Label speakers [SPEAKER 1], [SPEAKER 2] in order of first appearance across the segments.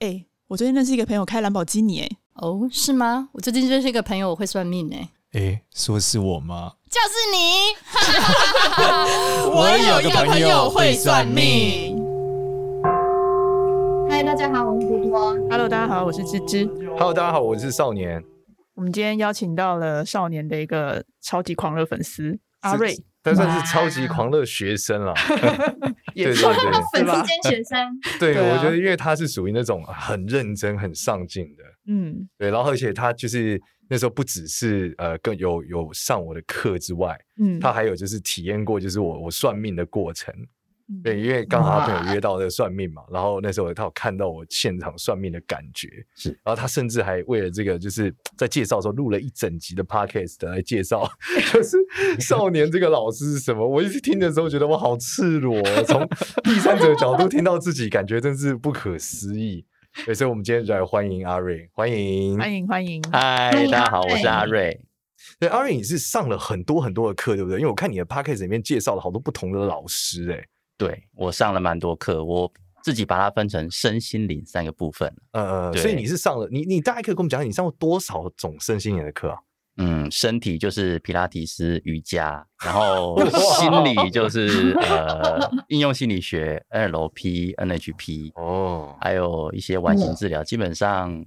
[SPEAKER 1] 哎、我最近认识一个朋友开兰博基尼、哎，
[SPEAKER 2] 哦，是吗？我最近认识一个朋友，我会算命哎、
[SPEAKER 3] 诶，说是我吗？
[SPEAKER 2] 就是你。
[SPEAKER 3] 我有个朋友会算命。
[SPEAKER 4] 嗨，大家好，我是多多。
[SPEAKER 1] Hello，大家好，我是芝芝。
[SPEAKER 5] Hello，大家好，我是少年
[SPEAKER 1] 我们今天邀请到了少年的一个超级狂热粉丝阿瑞，，
[SPEAKER 5] 是他算是超级狂热学生 了。
[SPEAKER 1] 也
[SPEAKER 5] 对
[SPEAKER 1] 算
[SPEAKER 5] 对对
[SPEAKER 1] 是
[SPEAKER 4] 粉
[SPEAKER 1] 吧
[SPEAKER 4] 丝？兼学生，
[SPEAKER 5] 对，
[SPEAKER 1] 对啊
[SPEAKER 5] 我觉得因为他是属于那种很认真、很上进的，
[SPEAKER 1] 嗯，
[SPEAKER 5] 对，然后而且他就是那时候不只是呃更有有上我的课之外，
[SPEAKER 1] 嗯，
[SPEAKER 5] 他还有就是体验过就是我我算命的过程，
[SPEAKER 1] 嗯
[SPEAKER 5] 对，因为刚好他朋友约到那个算命嘛，然后那时候他有看到我现场算命的感觉，
[SPEAKER 3] 是，
[SPEAKER 5] 然后他甚至还为了这个就是在介绍的时候录了一整集的 podcast 来介绍， 就是少年这个老师是什么，我一直听的时候觉得我好赤裸哦， 从第三者角度听到自己，感觉真是不可思议。对，所以我们今天就来欢迎阿瑞，欢迎，
[SPEAKER 1] 欢迎欢迎，
[SPEAKER 3] 嗨，
[SPEAKER 4] 嗨
[SPEAKER 3] 大家好，
[SPEAKER 4] 阿
[SPEAKER 3] 我
[SPEAKER 4] 瑞
[SPEAKER 3] 是阿瑞。
[SPEAKER 5] 对，阿瑞，你是上了很多很多的课，对不对？因为我看你的 podcast 里面介绍了好多不同的老师、欸，
[SPEAKER 3] 对我上了蛮多课，我自己把它分成身心灵三个部分。
[SPEAKER 5] 呃，所以
[SPEAKER 3] 对
[SPEAKER 5] 你是上了，你你大概可以跟我们讲，你上过多少种身心灵的课啊？
[SPEAKER 3] 嗯，身体就是皮拉提斯、瑜伽，然 后
[SPEAKER 5] 哦
[SPEAKER 3] 心理就是呃应用心理学、NLP、NHP，
[SPEAKER 5] 哦，
[SPEAKER 3] 还有一些完
[SPEAKER 5] 嗯
[SPEAKER 3] 形治疗。基本上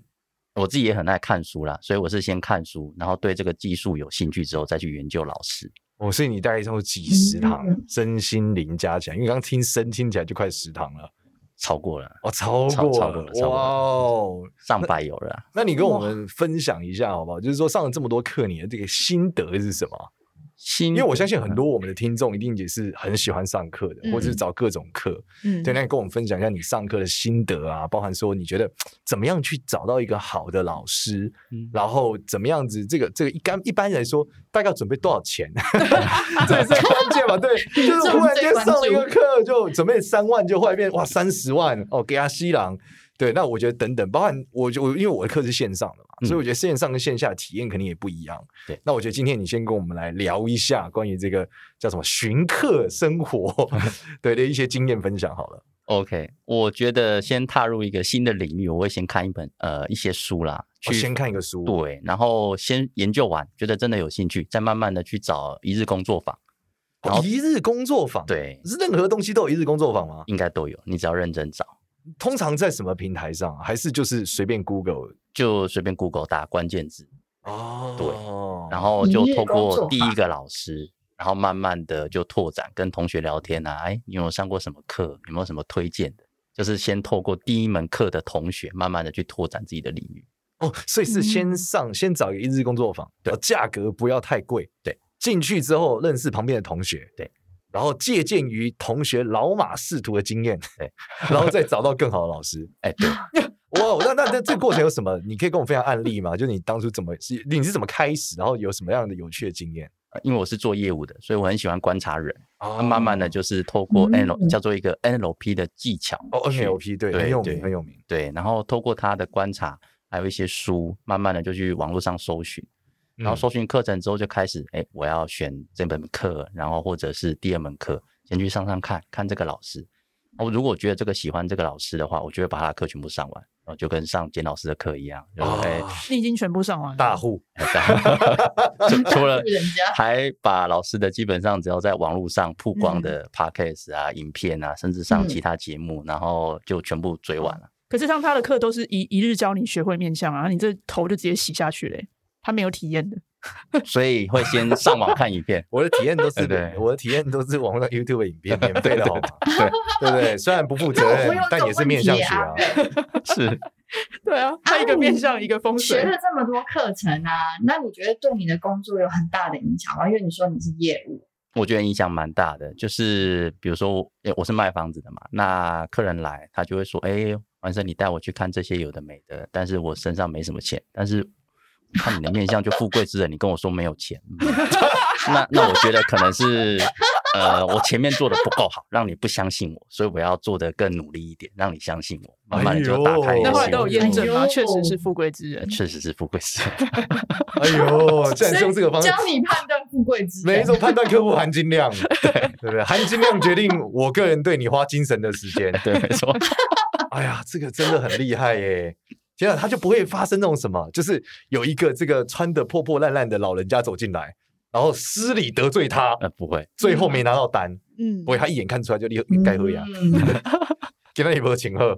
[SPEAKER 3] 我自己也很爱看书啦，所以我是先看书，然后对这个技术有兴趣之后再去研究老师。
[SPEAKER 5] 哦，所以你大概上过几十堂
[SPEAKER 4] 嗯
[SPEAKER 5] 身心灵加起来，因为刚刚听身听起来就快十堂了，
[SPEAKER 3] 超过了，
[SPEAKER 5] 哦，超
[SPEAKER 3] 超
[SPEAKER 5] 过
[SPEAKER 3] 超
[SPEAKER 5] 了
[SPEAKER 3] 过了嗯超，过
[SPEAKER 5] 哇哦！
[SPEAKER 3] 上百有了啊。
[SPEAKER 5] 那你跟我们分享一下好不好？就是说上了这么多课，你的这个心得是什么？
[SPEAKER 3] 心
[SPEAKER 5] 因
[SPEAKER 3] 得，
[SPEAKER 5] 为我相信
[SPEAKER 3] 嗯
[SPEAKER 5] 很多我们的听众一定也是很喜欢上课的，或者是找各种课。
[SPEAKER 1] 嗯，
[SPEAKER 5] 对，那你跟我们分享一下你上课的心得啊，包含说你觉得怎么样去找到一个好的老师，
[SPEAKER 3] 嗯
[SPEAKER 5] 然后怎么样子，这个这个一般一般来说大概要准备多少钱？啊 这也是关键嘛，对，就是忽然间上了一个课就准备三万，就后来变哇三十万哦，给他西郎。对，那我觉得等等，包含我就我因为我的课是线上的嘛，所以我觉得线上跟线下体验肯定也不一样。
[SPEAKER 3] 嗯对
[SPEAKER 5] 那我觉得今天你先跟我们来聊一下关于这个叫什么寻客生 活对的一些经验分享好了。
[SPEAKER 3] OK，我觉得先踏入一个新的领域，我会先看一本呃一些书啦，
[SPEAKER 5] 我
[SPEAKER 3] 去
[SPEAKER 5] 哦先看一个书，
[SPEAKER 3] 对，然后先研究完，觉得真的有兴趣，再慢慢的去找一日工作坊，然
[SPEAKER 5] 哦，
[SPEAKER 3] 后
[SPEAKER 5] 一日工作坊，，
[SPEAKER 3] 对，
[SPEAKER 5] 是任何东西都有一日工作坊吗？
[SPEAKER 3] 应该都有，你只要认真找，
[SPEAKER 5] 通常在什么平台上啊？还是就是随便 Google？
[SPEAKER 3] 就随便 Google 打关键字，
[SPEAKER 5] 哦
[SPEAKER 3] 然
[SPEAKER 5] 后
[SPEAKER 3] 后
[SPEAKER 4] 一
[SPEAKER 3] 就
[SPEAKER 4] 日
[SPEAKER 3] 透
[SPEAKER 4] 工
[SPEAKER 3] 过
[SPEAKER 4] 作
[SPEAKER 3] 第一
[SPEAKER 4] 坊
[SPEAKER 3] 个老师，然后慢慢的就拓展，跟同学聊天啊，哎，你有没有上过什么课？有没有什么推荐的？就是先透过第一门课的同学，慢慢的去拓展自己的领域。
[SPEAKER 5] 哦，所以是先
[SPEAKER 1] 嗯
[SPEAKER 5] 上，先找一个一日工作坊，对，价格不要太贵，
[SPEAKER 3] 对，
[SPEAKER 5] 进去之后认识旁边的同学，
[SPEAKER 3] 对。
[SPEAKER 5] 然后借鉴于同学老马仕途的经验，
[SPEAKER 3] 对，
[SPEAKER 5] 然后再找到更好的老师。
[SPEAKER 3] 哎，对，
[SPEAKER 5] 哇，那那那这个过程有什么？你可以跟我分享案例吗？就你当初怎么是你是怎么开始，然后有什么样的有趣的经验？
[SPEAKER 3] 呃因为我是做业务的，所以我很喜欢观察人。
[SPEAKER 5] 啊
[SPEAKER 3] 那慢慢的就是透过 NL、
[SPEAKER 4] 嗯
[SPEAKER 3] 叫做一个 NLP 的技巧
[SPEAKER 5] 哦
[SPEAKER 3] 去
[SPEAKER 5] ，NLP 对，很
[SPEAKER 3] 对
[SPEAKER 5] 有
[SPEAKER 3] 对
[SPEAKER 5] 名，很有名。
[SPEAKER 3] 对，然后透过他的观察，还有一些书，慢慢的就去网络上搜寻，然后
[SPEAKER 5] 嗯
[SPEAKER 3] 搜寻课程之后就开始，哎、我要选这门课，然后或者是第二门课，先去上上看看这个老师。我如果觉得这个喜欢这个老师的话，我就会把他的课全部上完，然后就跟上简老师的课一样，就
[SPEAKER 5] 哦
[SPEAKER 3] 哎、
[SPEAKER 1] 你已经全部上完了，
[SPEAKER 5] 大户。
[SPEAKER 3] 除除了
[SPEAKER 4] 是 人家
[SPEAKER 3] 还把老师的基本上只要在网络上曝光
[SPEAKER 4] 嗯
[SPEAKER 3] 的 podcast 啊、影片啊，甚至上其他节目，然后就全部追完 了。
[SPEAKER 1] 可是上他的课都是一一日教你学会面相啊，你这头就直接洗下去嘞、他没有体验的，
[SPEAKER 3] 所以会先上网看 影片
[SPEAKER 5] 我的体验都
[SPEAKER 3] 对
[SPEAKER 5] 是
[SPEAKER 3] 对
[SPEAKER 5] 我的体验都是网络上 YouTube 的影 片免费的，好吗？对对不对，虽然 不负责
[SPEAKER 4] 那我
[SPEAKER 5] 任
[SPEAKER 4] 有，
[SPEAKER 5] 但
[SPEAKER 4] 种
[SPEAKER 5] 也是
[SPEAKER 4] 问
[SPEAKER 5] 面
[SPEAKER 4] 题
[SPEAKER 5] 向学
[SPEAKER 4] 啊
[SPEAKER 5] 啊。
[SPEAKER 3] 是，
[SPEAKER 1] 对啊，他一个
[SPEAKER 4] 你
[SPEAKER 1] 面相一个风
[SPEAKER 4] 学
[SPEAKER 1] 水，
[SPEAKER 4] 了这么多课程啊，那你觉得对你的工作有很大的影响啊吗？因为你说你是业务，
[SPEAKER 3] 我觉得影响蛮大的。就是比如说我，诶我是卖房子的嘛，那客人来，他就会说：“哎、王生，你带我去看这些有的没的，但是我身上没什么钱，但是看你的面相就富贵之人，你跟我说没有钱，嗯 那那我觉得可能是。”呃，我前面做的不够好，让你不相信我，所以我要做的更努力一点，让你相信我，慢慢你就打开
[SPEAKER 5] 哎
[SPEAKER 3] 你
[SPEAKER 1] 那
[SPEAKER 5] 呦
[SPEAKER 3] 的心
[SPEAKER 1] 后来都有验证
[SPEAKER 4] 哎
[SPEAKER 1] 吗？
[SPEAKER 4] 呦
[SPEAKER 1] 确实是富贵之人
[SPEAKER 3] 呃，确实是富贵之人。
[SPEAKER 5] 哎呦，竟然是用这个方式
[SPEAKER 4] 教，你判断富贵之
[SPEAKER 5] 每一
[SPEAKER 4] 人。
[SPEAKER 5] 种判断客户含金 量，对对不对？含金量决定我个人对你花精神的时间。
[SPEAKER 3] 对，没错。
[SPEAKER 5] 哎呀，这个真的很厉害耶、天啊，他就不会发生那种什么，就是有一个这个穿的破破烂烂的老人家走进来，然后失礼得罪他，
[SPEAKER 3] 呃，不会，
[SPEAKER 5] 最后没拿到单，
[SPEAKER 1] 嗯
[SPEAKER 5] 不，会，他一眼看出来就立刻该喝呀，
[SPEAKER 4] 嗯
[SPEAKER 5] 给他一波 请喝。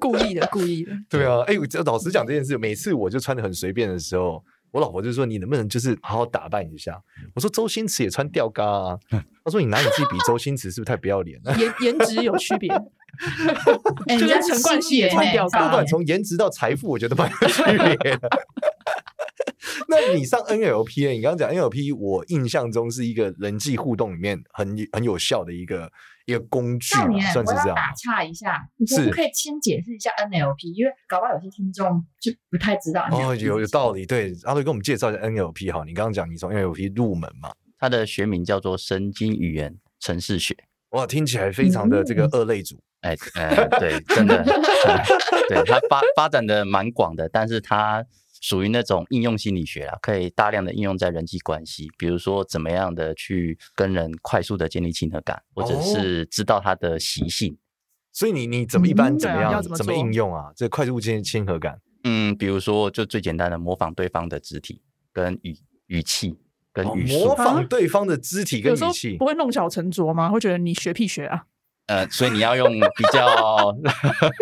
[SPEAKER 1] 故意的，故意 的，
[SPEAKER 5] 对啊，哎、我这老实讲这件事，每次我就穿的很随便的时候，我老婆就说你能不能就是好好打扮一下？我说周星驰也穿吊嘎啊，
[SPEAKER 4] 嗯
[SPEAKER 5] 她说你拿你自己比周星驰是不是太不要脸啊 了？
[SPEAKER 1] 颜颜值有区别，
[SPEAKER 4] 哎
[SPEAKER 1] 就
[SPEAKER 4] 人家
[SPEAKER 1] 是陈冠希也
[SPEAKER 4] 哎
[SPEAKER 1] 穿吊
[SPEAKER 4] 啊
[SPEAKER 5] 不
[SPEAKER 1] 嘎
[SPEAKER 5] 管从颜值到财富，我觉得蛮有区别的。啊 那你上 NLP，你刚刚讲 NLP，我印象中是一个人际互动里面很很有效的一个一个工具
[SPEAKER 4] 少
[SPEAKER 5] 嘛，
[SPEAKER 4] 年，
[SPEAKER 5] 算是
[SPEAKER 4] 我
[SPEAKER 5] 这
[SPEAKER 4] 要
[SPEAKER 5] 样吗
[SPEAKER 4] 打。岔一下，你可
[SPEAKER 5] 是
[SPEAKER 4] 不可以先解释一下 NLP？因为搞不好有些听众就不太 知道 NLP
[SPEAKER 5] 哦，有有道理，对，阿瑞给我们介绍一下 NLP 好，你刚刚讲你从 NLP 入门嘛，
[SPEAKER 3] 它的学名叫做神经语言程式学。
[SPEAKER 5] 哇，听起来非常的
[SPEAKER 1] 嗯
[SPEAKER 5] 这个二类组，
[SPEAKER 3] 哎，呃，对，真的，呃对它发发展的蛮广的，但是它属于那种应用心理学啊，可以大量的应用在人际关系，比如说怎么样的去跟人快速的建立亲和感，或者
[SPEAKER 5] 哦
[SPEAKER 3] 是知道他的习性。
[SPEAKER 5] 所以你你怎么一般
[SPEAKER 1] 嗯
[SPEAKER 5] 怎么
[SPEAKER 1] 对啊
[SPEAKER 5] 样、
[SPEAKER 1] 要怎么
[SPEAKER 5] 怎么
[SPEAKER 1] 做
[SPEAKER 5] 应用啊？这快速间亲和感
[SPEAKER 3] 嗯，比如说就最简单的模仿对方的肢体跟语语气跟
[SPEAKER 5] 哦
[SPEAKER 3] 语速，
[SPEAKER 5] 模仿对方的肢体跟
[SPEAKER 1] 啊有时候
[SPEAKER 5] 语气
[SPEAKER 1] 不，会弄巧成拙吗？会觉得你学屁学啊？
[SPEAKER 3] 呃，所以你要用比较
[SPEAKER 5] 你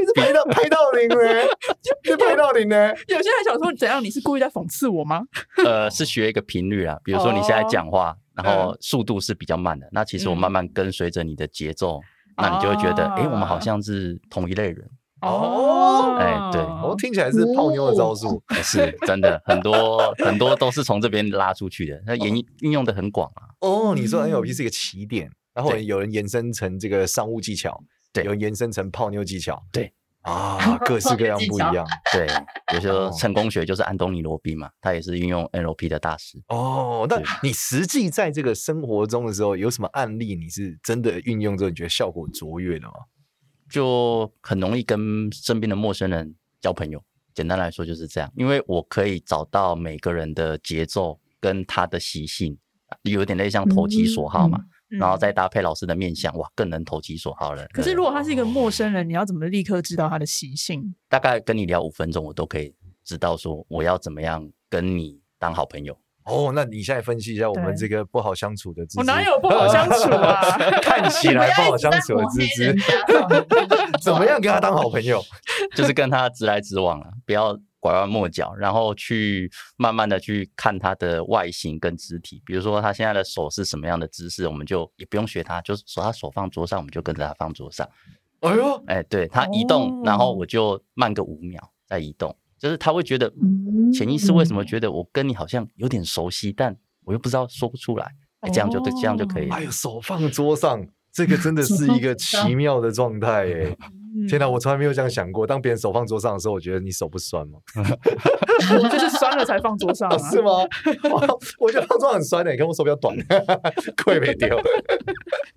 [SPEAKER 5] 是 拍到拍到零呢，你拍到 零呢，
[SPEAKER 1] 有些人还想说，怎样？你是故意在讽刺我吗？
[SPEAKER 3] 呃，是学一个频率啦。比如说你现在讲话，然后速度是比较慢的，那其实我
[SPEAKER 1] 嗯
[SPEAKER 3] 慢慢跟随着你的节奏，那你就会觉得，诶，我们好
[SPEAKER 1] 啊
[SPEAKER 3] 像是同一类人。
[SPEAKER 5] 哦
[SPEAKER 3] 哎对
[SPEAKER 5] 哦，听起来是泡妞的招数，
[SPEAKER 3] 呃是真的，很多很多都是从这边拉出去的，那沿运用的很广啊。
[SPEAKER 5] 哦，你说
[SPEAKER 1] 嗯
[SPEAKER 5] NLP 是一个起点，然后
[SPEAKER 3] 对
[SPEAKER 5] 有人延伸成这个商务技巧，
[SPEAKER 3] 对
[SPEAKER 5] 有人延伸成泡妞技巧，
[SPEAKER 3] 对
[SPEAKER 5] 啊，各式各样不一 样
[SPEAKER 3] 对，比如说
[SPEAKER 5] 哦
[SPEAKER 3] 成功学就是安东尼罗宾嘛，他也是运用 NLP 的大师。
[SPEAKER 5] 哦。那
[SPEAKER 3] 对
[SPEAKER 5] 你实际在这个生活中的时候，有什么案例你是真的运用之后你觉得效果卓越的吗？
[SPEAKER 3] 就很容易跟身边的陌生人交朋友。简单来说就是这样，因为我可以找到每个人的节奏跟他的习性，有点类像投其所好嘛，
[SPEAKER 1] 嗯
[SPEAKER 3] 然后再搭配老师的面相，哇，更能投其所好了。
[SPEAKER 1] 可是
[SPEAKER 3] 呃
[SPEAKER 1] 如果他是一个陌生人，你要怎么立刻知道他的习性？
[SPEAKER 3] 大概跟你聊五分钟，我都可以知道说我要怎么样跟你当好朋友。
[SPEAKER 5] 哦，那你现在分析一下我们这
[SPEAKER 1] 对
[SPEAKER 5] 个不好相处的资质。
[SPEAKER 1] 我哪有不好相处啊？
[SPEAKER 5] 看起来不好相处的
[SPEAKER 4] 不
[SPEAKER 5] 资
[SPEAKER 4] 要一直在
[SPEAKER 5] 质
[SPEAKER 4] 抹黑人，家这种人就是不
[SPEAKER 5] 怎么
[SPEAKER 4] 错
[SPEAKER 5] 样跟他当好朋友？
[SPEAKER 3] 就是跟他直来直往了，不要拐弯抹角，然后去慢慢的去看他的外形跟肢体，比如说他现在的手是什么样的姿势，我们就也不用学他，就是手他手放桌上，我们就跟着他放桌上。
[SPEAKER 5] 哎呦，
[SPEAKER 3] 哎，对他移动，然后
[SPEAKER 1] 哦
[SPEAKER 3] 我就慢个五秒再移动，就是他会觉得
[SPEAKER 4] 嗯
[SPEAKER 3] 潜意识为什么觉得我跟你好像有点熟悉，但我又不知道说不出来，哎，这样就对，这样就可以了
[SPEAKER 5] 哎。呦，手放桌上，这个真的是一个奇妙的状态耶！
[SPEAKER 1] 嗯
[SPEAKER 5] 天哪，我从来没有这样想过。当别人手放桌上的时候，我觉得你手不酸吗？
[SPEAKER 1] 我 就是酸了才放桌上
[SPEAKER 5] 啊，
[SPEAKER 1] 啊，
[SPEAKER 5] 是吗？哇我觉得放桌上很酸的，你欸看我手比较短， 跪没丢。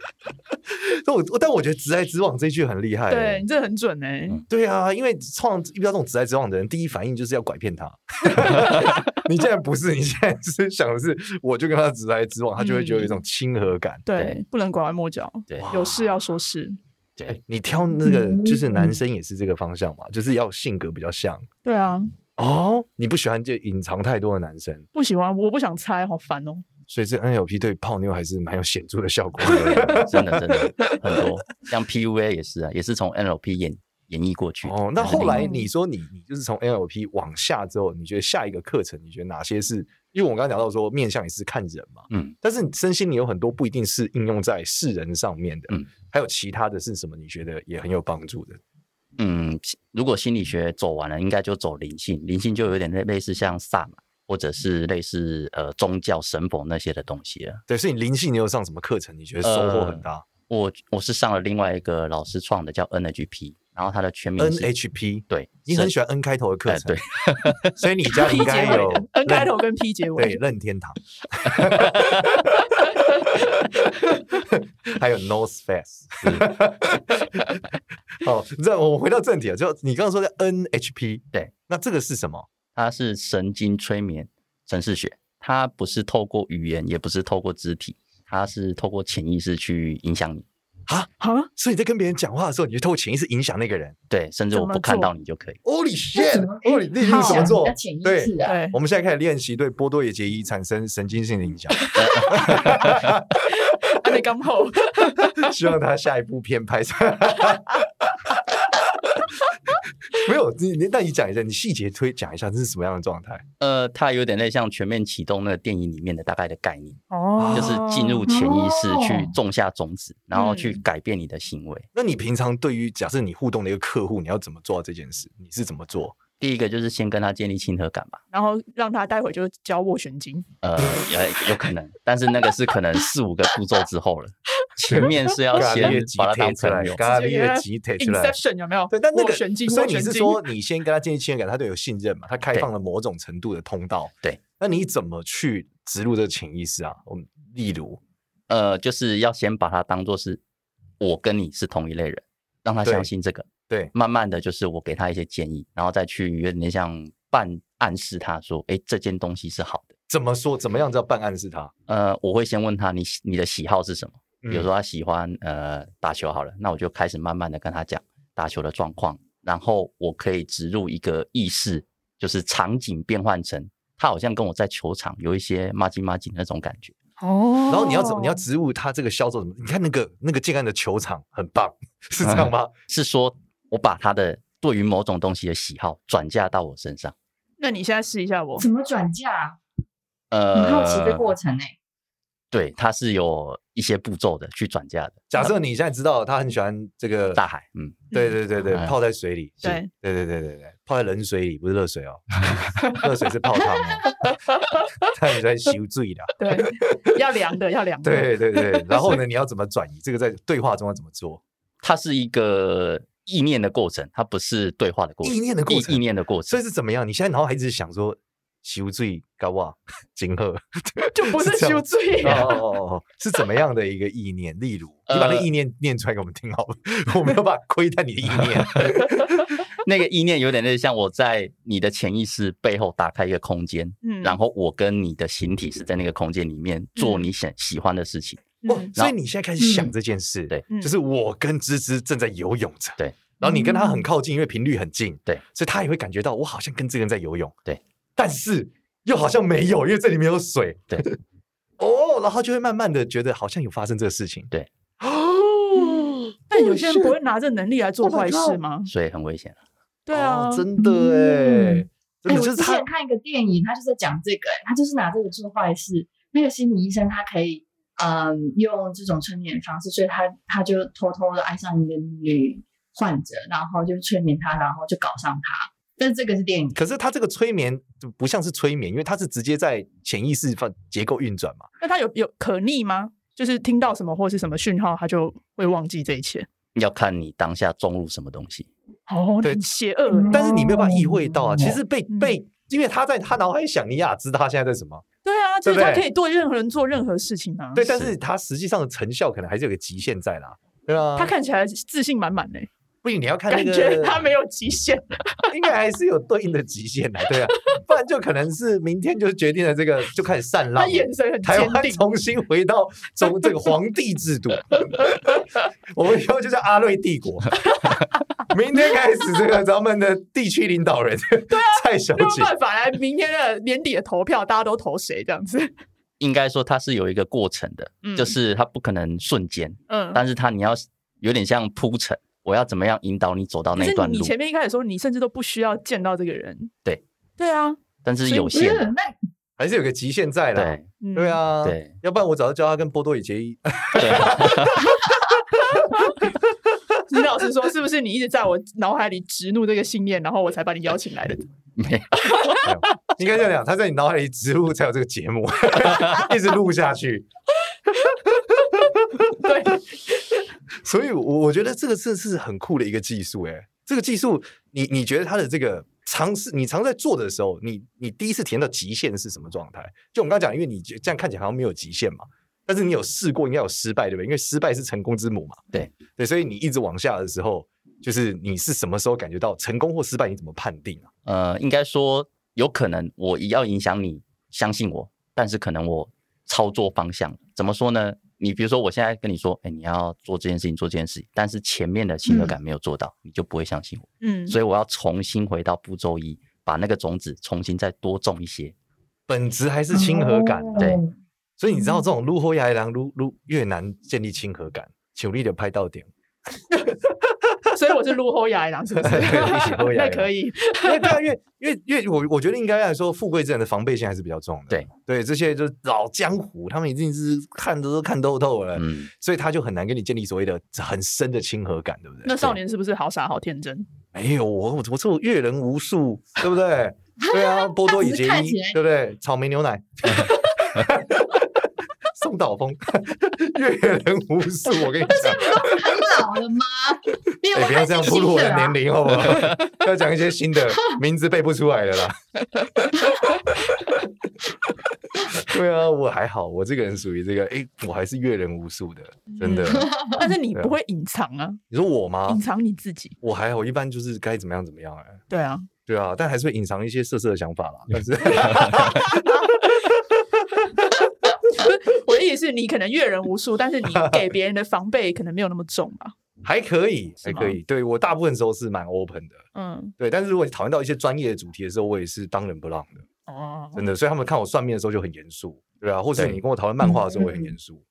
[SPEAKER 5] 但我但我觉得直来直往这一句很厉害耶。欸
[SPEAKER 1] 对你这很准哎，
[SPEAKER 3] 嗯
[SPEAKER 5] 对啊，因为创遇到这种直来直往的人，第一反应就是要拐骗他。你现在不是，你现在是想的是，我就跟他直来直往，他就会觉得有一种亲和感。
[SPEAKER 1] 对，不能拐弯抹角，
[SPEAKER 3] 对
[SPEAKER 5] 哇
[SPEAKER 1] 有事要说事。
[SPEAKER 5] 哎
[SPEAKER 3] 对，
[SPEAKER 5] 你挑那个就是
[SPEAKER 4] 嗯
[SPEAKER 5] 男生也是这个方向嘛，就是要性格比较像
[SPEAKER 1] 对啊，
[SPEAKER 5] 哦。你不喜欢就隐藏太多的男生，
[SPEAKER 1] 不喜欢，我不想猜，好烦哦。
[SPEAKER 5] 所以这 NLP 对泡妞还是蛮有显著的效果的。
[SPEAKER 3] 真的真的很多，像 PUA 也是啊，也是从 NLP 演演绎过去的。
[SPEAKER 5] 哦，那
[SPEAKER 3] 但是
[SPEAKER 5] 后
[SPEAKER 3] 另
[SPEAKER 5] 来
[SPEAKER 3] 外
[SPEAKER 5] 你说你你就是从 NLP 往下之后，你觉得下一个课程，你觉得哪些是？因为我刚刚讲到说面向也是看人嘛，
[SPEAKER 3] 嗯，
[SPEAKER 5] 但是身心里有很多不一定是应用在世人上面的，
[SPEAKER 3] 嗯，
[SPEAKER 5] 还有其他的是什么？你觉得也很有帮助的？
[SPEAKER 3] 嗯，心如果心理学走完了，应该就走灵性，灵性就有点类类似像萨满，或者是类似呃宗教神佛那些的东西了。
[SPEAKER 5] 对，所以你灵性你有上什么课程？你觉得收获
[SPEAKER 3] 呃
[SPEAKER 5] 很大
[SPEAKER 3] 我我是上了另外一个老师创的叫 NHP，然后它的全名是
[SPEAKER 5] ？NHP，
[SPEAKER 3] 对，
[SPEAKER 5] 你
[SPEAKER 3] 是
[SPEAKER 5] 很喜欢 N 开头的课
[SPEAKER 3] 哎
[SPEAKER 5] 程，
[SPEAKER 3] 对，
[SPEAKER 5] 所以你家 里
[SPEAKER 1] P
[SPEAKER 5] 应
[SPEAKER 1] 结
[SPEAKER 5] 该
[SPEAKER 1] 尾
[SPEAKER 5] 有
[SPEAKER 1] 的 N 开头
[SPEAKER 5] 任
[SPEAKER 1] 跟 P 结
[SPEAKER 5] 对
[SPEAKER 1] 尾，
[SPEAKER 5] 任天堂，还有 North Face。哦，这我们回到正题啊，就你刚刚说的 NHP，
[SPEAKER 3] 对，
[SPEAKER 5] 那这个是什么？
[SPEAKER 3] 它是神经催眠城市学，它不是透过语言，也不是透过肢体，它是透过潜意识去影响你。
[SPEAKER 5] 啊，
[SPEAKER 1] 啊，
[SPEAKER 5] 所以你在跟别人讲话的时候，你就透过潜意识影响那个人。
[SPEAKER 3] 对，甚至
[SPEAKER 1] 怎
[SPEAKER 3] 我
[SPEAKER 1] 么
[SPEAKER 3] 不看
[SPEAKER 1] 做
[SPEAKER 3] 到你就可以。
[SPEAKER 5] Holy
[SPEAKER 4] 那
[SPEAKER 5] shit！
[SPEAKER 4] 怎么
[SPEAKER 5] Holy，那哦是怎么做
[SPEAKER 4] 要？啊潜意
[SPEAKER 5] 对
[SPEAKER 4] 识啊，
[SPEAKER 1] 对
[SPEAKER 5] 我，们现在开始练习对波多野结衣产生神经性的影响，
[SPEAKER 1] 还没刚好，
[SPEAKER 5] 希望他下一部片拍出来。 没有，你你那你讲一下，你细节推讲一下，这是什么样的状态？
[SPEAKER 3] 呃，它有点类像全面启动那个电影里面的大概的概念，
[SPEAKER 1] 哦
[SPEAKER 3] 就是进入潜意识去
[SPEAKER 4] 哦
[SPEAKER 3] 种下种子，然后去
[SPEAKER 1] 嗯
[SPEAKER 3] 改变你的行为。
[SPEAKER 5] 那你平常对于假设你互动的一个客户，你要怎么做到这件事？你是怎么做？
[SPEAKER 3] 第一个就是先跟他建立亲和感吧，
[SPEAKER 1] 然后让他待会就教斡旋金，
[SPEAKER 3] 呃，也有可能，但是那个是可能四五个步骤之后了，前面是要
[SPEAKER 5] 咖
[SPEAKER 3] 先
[SPEAKER 5] 喱的集
[SPEAKER 3] 把他
[SPEAKER 5] 体
[SPEAKER 3] 当
[SPEAKER 5] 出来
[SPEAKER 3] 朋，友，
[SPEAKER 5] 咖喱的集体出来。
[SPEAKER 1] Inception 有没有？
[SPEAKER 5] 对，但那个，
[SPEAKER 1] 斡旋金，
[SPEAKER 5] 所
[SPEAKER 1] 斡
[SPEAKER 5] 以你
[SPEAKER 1] 旋
[SPEAKER 5] 是
[SPEAKER 1] 金
[SPEAKER 5] 说你先跟他建立信任感，他对你有信任嘛？他开放了某种程度的通道。
[SPEAKER 3] 对，
[SPEAKER 5] 那你怎么去植入这个潜意识啊？我们例如，
[SPEAKER 3] 呃，就是要先把他当做是我跟你是同一类人，让他
[SPEAKER 5] 对
[SPEAKER 3] 相信这个。
[SPEAKER 5] 对，
[SPEAKER 3] 慢慢的就是我给他一些建议，然后再去有点像半暗示他说，哎，这件东西是好的。
[SPEAKER 5] 怎么说怎么样叫办案是他？
[SPEAKER 3] 呃，我会先问他你喜你的喜好是什么，比如
[SPEAKER 5] 嗯
[SPEAKER 3] 说他喜欢呃打球好了，那我就开始慢慢的跟他讲打球的状况，然后我可以植入一个意识，就是场景变换成他好像跟我在球场有一些麻吉麻吉那种感觉。
[SPEAKER 1] 哦，
[SPEAKER 5] 然后你要怎么？你要植入他这个销售什么？你看那个那个建案的球场很棒， 是
[SPEAKER 3] 嗯
[SPEAKER 5] 这样吗？
[SPEAKER 3] 是说我把他的对于某种东西的喜好转嫁到我身上。
[SPEAKER 1] 那你现在试一下 我，
[SPEAKER 4] 怎么转嫁啊？
[SPEAKER 3] 呃，
[SPEAKER 4] 很好奇这过程哎。
[SPEAKER 3] 对，它是有一些步骤的去转嫁的。
[SPEAKER 5] 假设你现在知道他很喜欢这个
[SPEAKER 3] 大，海，嗯，
[SPEAKER 5] 对对对对，
[SPEAKER 3] 嗯
[SPEAKER 5] 泡在水里，是
[SPEAKER 1] 对
[SPEAKER 5] 对对对对对，泡在冷水里，不是热水哦， 热水是泡汤哦， 他很喜欢洗醉的，
[SPEAKER 1] 对，要凉的，要凉的，
[SPEAKER 5] 对对对。然后呢，你要怎么转移？这个在对话中要怎么做？
[SPEAKER 3] 它是一个意念的过程，它不是对话的过程。
[SPEAKER 5] 意念的过程
[SPEAKER 3] 意意念的过
[SPEAKER 5] 所
[SPEAKER 3] 程
[SPEAKER 5] 以。是怎么样？你现在脑海一直想说洗醉搞哇，金 鹤，
[SPEAKER 1] 就不是
[SPEAKER 5] 这样
[SPEAKER 1] 修罪
[SPEAKER 5] 哦
[SPEAKER 1] 啊，
[SPEAKER 5] 哦哦哦，是怎么样的一个意念？例如，你把那
[SPEAKER 3] 呃
[SPEAKER 5] 意念念出来给我们听好了，我们要把窥探你的意念。
[SPEAKER 3] 那个意念有点类似像我在你的潜意识背后打开一个空间，
[SPEAKER 1] 嗯
[SPEAKER 3] 然后我跟你的形体是在那个空间里面做你想喜欢的事情。
[SPEAKER 5] 哇
[SPEAKER 1] 嗯，
[SPEAKER 5] 哦所以你现在开始想这件事，
[SPEAKER 3] 对
[SPEAKER 1] 嗯
[SPEAKER 5] 就是我跟芝芝正在游泳着，
[SPEAKER 3] 对，
[SPEAKER 5] 然后你跟他很靠近，因为频率很近，
[SPEAKER 3] 对，
[SPEAKER 5] 所以他也会感觉到我好像跟这个人在游泳，
[SPEAKER 3] 对，
[SPEAKER 5] 但是又好像没有，因为这里面有水，
[SPEAKER 3] 对，
[SPEAKER 5] 哦，然后就会慢慢的觉得好像有发生这个事情，
[SPEAKER 3] 对，
[SPEAKER 5] 哦，
[SPEAKER 1] 但有些人不会拿这能力来做坏事吗？
[SPEAKER 3] 所以很危险。
[SPEAKER 1] 对啊，
[SPEAKER 5] 哦真的哎
[SPEAKER 1] 嗯，
[SPEAKER 5] 真
[SPEAKER 4] 哎，
[SPEAKER 5] 的
[SPEAKER 4] 我
[SPEAKER 5] 就
[SPEAKER 4] 之
[SPEAKER 5] 是他
[SPEAKER 4] 前，看一个电影，他就在讲这个，他就是拿这个做坏事。那个心理医生他可以，嗯，用这种催眠方式，所以他他就偷偷的爱上一个女患者，然后就催眠她，然后就搞上她。但是这个是电影，
[SPEAKER 5] 可是他这个催眠就不像是催眠，因为他是直接在潜意识放结构运转嘛。
[SPEAKER 1] 那他有有可逆吗？就是听到什么或是什么讯号，他就会忘记这一切。
[SPEAKER 3] 要看你当下种入什么东西，
[SPEAKER 1] 哦，
[SPEAKER 5] 对嗯
[SPEAKER 1] 很邪恶欸，
[SPEAKER 5] 但是你没有办法意会到啊。其实被
[SPEAKER 1] 嗯
[SPEAKER 5] 被，因为他在他脑海想，你也知道他现在在什么。
[SPEAKER 1] 对啊，就
[SPEAKER 5] 对不
[SPEAKER 1] 是他
[SPEAKER 5] 对
[SPEAKER 1] 可以对任何人做任何事情啊。
[SPEAKER 5] 对，但
[SPEAKER 3] 是
[SPEAKER 5] 是他实际上的成效可能还是有个极限在啦。对啊，
[SPEAKER 1] 他看起来自信满满嘞，
[SPEAKER 5] 不行，你要看那
[SPEAKER 1] 感
[SPEAKER 5] 个，
[SPEAKER 1] 觉他没有极限。
[SPEAKER 5] 应该还是有对应的极限的， 对啊，不然就可能是明天就决定了这个，就开始散
[SPEAKER 1] 他
[SPEAKER 5] 浪了。
[SPEAKER 1] 眼神很
[SPEAKER 5] 台
[SPEAKER 1] 坚
[SPEAKER 5] 湾
[SPEAKER 1] 定，
[SPEAKER 5] 重新回到中这个皇帝制 度，我们以后就叫阿瑞帝国。明天开始，这个咱们的地区领导人，蔡小
[SPEAKER 1] 没有
[SPEAKER 5] 姐，
[SPEAKER 1] 啊办法来明天的年底的投票，大家都投谁这样 子？
[SPEAKER 3] 应该说它是有一个过程的，
[SPEAKER 1] 嗯
[SPEAKER 3] 就是它不可能瞬间，
[SPEAKER 1] 嗯，
[SPEAKER 3] 但是它你要有点像铺陈，我要怎么样引导你走到
[SPEAKER 1] 可
[SPEAKER 3] 那
[SPEAKER 1] 是
[SPEAKER 3] 段
[SPEAKER 1] 你
[SPEAKER 3] 路，
[SPEAKER 1] 前面一开始说，你甚至都不需要见到这个人。
[SPEAKER 3] 对，
[SPEAKER 1] 对啊，
[SPEAKER 3] 但是
[SPEAKER 1] 所以
[SPEAKER 3] 有
[SPEAKER 1] 我
[SPEAKER 4] 不
[SPEAKER 3] 限
[SPEAKER 4] 是
[SPEAKER 3] 的，
[SPEAKER 4] 嗯那
[SPEAKER 5] 还是有个极限在啦。
[SPEAKER 3] 对
[SPEAKER 1] 嗯
[SPEAKER 5] 对，啊，
[SPEAKER 3] 对
[SPEAKER 5] 要不然我早就叫他跟波多野结衣。
[SPEAKER 3] 对，
[SPEAKER 1] 李老师说，是不是你一直在我脑海里植入这个信念，然后我才把你邀请来 的？
[SPEAKER 3] 没有
[SPEAKER 5] 应该这样讲，他在你脑海里植入才有这个节 目，一直录下去。
[SPEAKER 1] 对，
[SPEAKER 5] 所以我，我觉得这个真的是很酷的一个技术、欸。哎，这个技术，你你觉得它的这个尝试，你常在做的时候，你你第一次体验到极限是什么状态？就我们刚刚讲，因为你这样看起来好像没有极限嘛，但是你有试过，应该有失败，对不对？因为失败是成功之母嘛。
[SPEAKER 3] 对
[SPEAKER 5] 对，所以你一直往下的时候，就是你是什么时候感觉到成功或失败？你怎么判定啊？
[SPEAKER 3] 呃，应该说有可能我要影响你相信我，但是可能我操作方向怎么说呢？你比如说，我现在跟你说，哎、你要做这件事情，做这件事情，但是前面的亲和感没有做到，你就不会相信我。
[SPEAKER 1] 嗯，
[SPEAKER 3] 所以我要重新回到步骤一，把那个种子重新再多种一些。
[SPEAKER 5] 本质还是亲和感
[SPEAKER 4] 哦
[SPEAKER 5] 啊、
[SPEAKER 3] 对
[SPEAKER 5] 所以你知
[SPEAKER 3] 嗯
[SPEAKER 5] 道这种撸后牙狼撸撸越难建立亲和感，求力的拍到 点，
[SPEAKER 1] 所以我是路后牙狼，是不 是？
[SPEAKER 5] 对一起后牙
[SPEAKER 1] 那
[SPEAKER 5] 狼
[SPEAKER 1] 可以，
[SPEAKER 5] 因为对啊，因为因为因为我我觉得应该来说，富贵之人的防备心还是比较重的。
[SPEAKER 3] 对
[SPEAKER 5] 对，这些就是老江湖，他们已经是看都都看透透了，
[SPEAKER 3] 嗯，
[SPEAKER 5] 所以他就很难跟你建立所谓的很深的亲和感，对不对？
[SPEAKER 1] 那少年是不是好傻好天真？
[SPEAKER 5] 没有我我我这种阅人无数，对不对？对 啊，波多野结
[SPEAKER 4] 他只是看
[SPEAKER 5] 衣
[SPEAKER 4] 起来，
[SPEAKER 5] 对不对？草莓牛奶， 松岛枫， 阅人无数，我跟你讲。
[SPEAKER 4] 很老了 吗？没有，
[SPEAKER 5] 哎、
[SPEAKER 4] 我
[SPEAKER 5] 不要
[SPEAKER 4] 还是
[SPEAKER 5] 这
[SPEAKER 4] 啊
[SPEAKER 5] 样暴
[SPEAKER 4] 新
[SPEAKER 5] 露我
[SPEAKER 4] 的
[SPEAKER 5] 的
[SPEAKER 4] 啦
[SPEAKER 5] 年。龄，好不好？ 要讲一些新 的，名字背不出来了啦。对啊，我还好，我这个人属于这个，哎、我还是阅人无数的，
[SPEAKER 4] 嗯
[SPEAKER 5] 真的。
[SPEAKER 1] 嗯 但是你不会隐藏啊，
[SPEAKER 5] 你说我吗
[SPEAKER 1] 隐？藏你自己。
[SPEAKER 5] 我还好，一般就是该怎么样怎么样、哎，
[SPEAKER 1] 对 啊，
[SPEAKER 5] 对啊，但还是会隐藏一些色色的想 法啦。但是
[SPEAKER 1] 我的意思是你可能阅人无数，但是你给别人的防备可能没有那么重吧。
[SPEAKER 5] 还可以，
[SPEAKER 1] 是
[SPEAKER 5] 还
[SPEAKER 1] 吗
[SPEAKER 5] 可以。对我大部分时候是蛮 open 的，
[SPEAKER 1] 嗯，
[SPEAKER 5] 对。但是如果你讨论到一些专业的主题的时候，我也是当仁不让的。
[SPEAKER 1] 哦，
[SPEAKER 5] 真的，所以他们看我算命的时候就很严肃，对啊，或是
[SPEAKER 3] 对
[SPEAKER 5] 你跟我讨论漫画的时候，我也很严肃。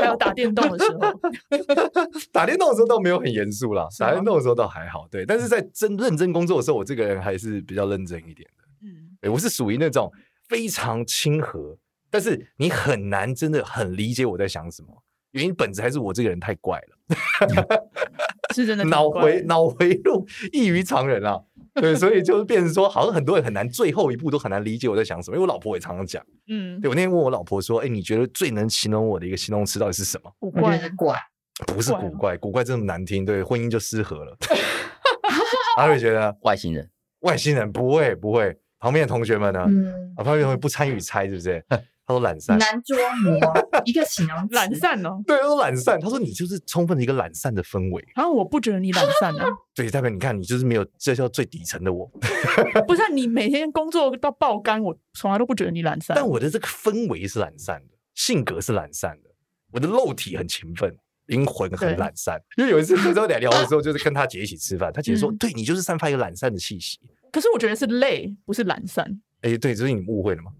[SPEAKER 1] 还有打电动的时 候，
[SPEAKER 5] 打电动的时候倒没有很严肃啦，
[SPEAKER 1] 是啊吗
[SPEAKER 5] 打电动的时候倒还好，对。但是在真认真工作的时候，我这个人还是比较认真一点的。
[SPEAKER 1] 嗯，
[SPEAKER 5] 对我是属于那种非常亲和，但是你很难真的很理解我在想什么。原因本质还是我这个人太怪了，
[SPEAKER 1] 是真的挺
[SPEAKER 5] 脑
[SPEAKER 1] 怪
[SPEAKER 5] 回
[SPEAKER 1] 的
[SPEAKER 5] 脑回路异于常人啊。对，所以就变成说，好像很多人很难最后一步都很难理解我在想什么。因为我老婆也常常讲，
[SPEAKER 1] 嗯，
[SPEAKER 5] 对我那天问我老婆说：“哎、你觉得最能形容我的一个形容词到底是什么？”
[SPEAKER 1] 古
[SPEAKER 4] 我
[SPEAKER 1] 怪
[SPEAKER 4] 觉得怪，
[SPEAKER 5] 不是
[SPEAKER 1] 怪
[SPEAKER 5] 古
[SPEAKER 1] 吗
[SPEAKER 5] 怪，古怪真的难听，对，婚姻就失 和了。阿瑞觉得
[SPEAKER 3] 外星人，
[SPEAKER 5] 外星人不会不会，旁边的同学们呢？
[SPEAKER 4] 嗯，
[SPEAKER 5] 啊，旁边的同学不参与猜是不是？ 他说懒散，
[SPEAKER 4] 难捉摸，一个形容词
[SPEAKER 1] 懒散 哦。
[SPEAKER 5] 对，他说懒散，他说你就是充分的一个懒散的氛围，
[SPEAKER 1] 然后啊我不觉得你懒散啊，
[SPEAKER 5] 对，代表你看你就是没有，这叫最底层的我。
[SPEAKER 1] 不是啊你每天工作到爆肝，我从来都不觉得你懒散。
[SPEAKER 5] 但我的这个氛围是懒散的，性格是懒散的，我的肉体很勤奋，灵魂
[SPEAKER 1] 对
[SPEAKER 5] 很懒散。因为有一次那时候在聊的时候，就是跟他姐一起吃饭，他姐说：“
[SPEAKER 1] 嗯
[SPEAKER 5] 对你就是散发一个懒散的气息。”
[SPEAKER 1] 可是我觉得是累，不是懒 散。
[SPEAKER 5] 哎，对，就是你误 会了嘛。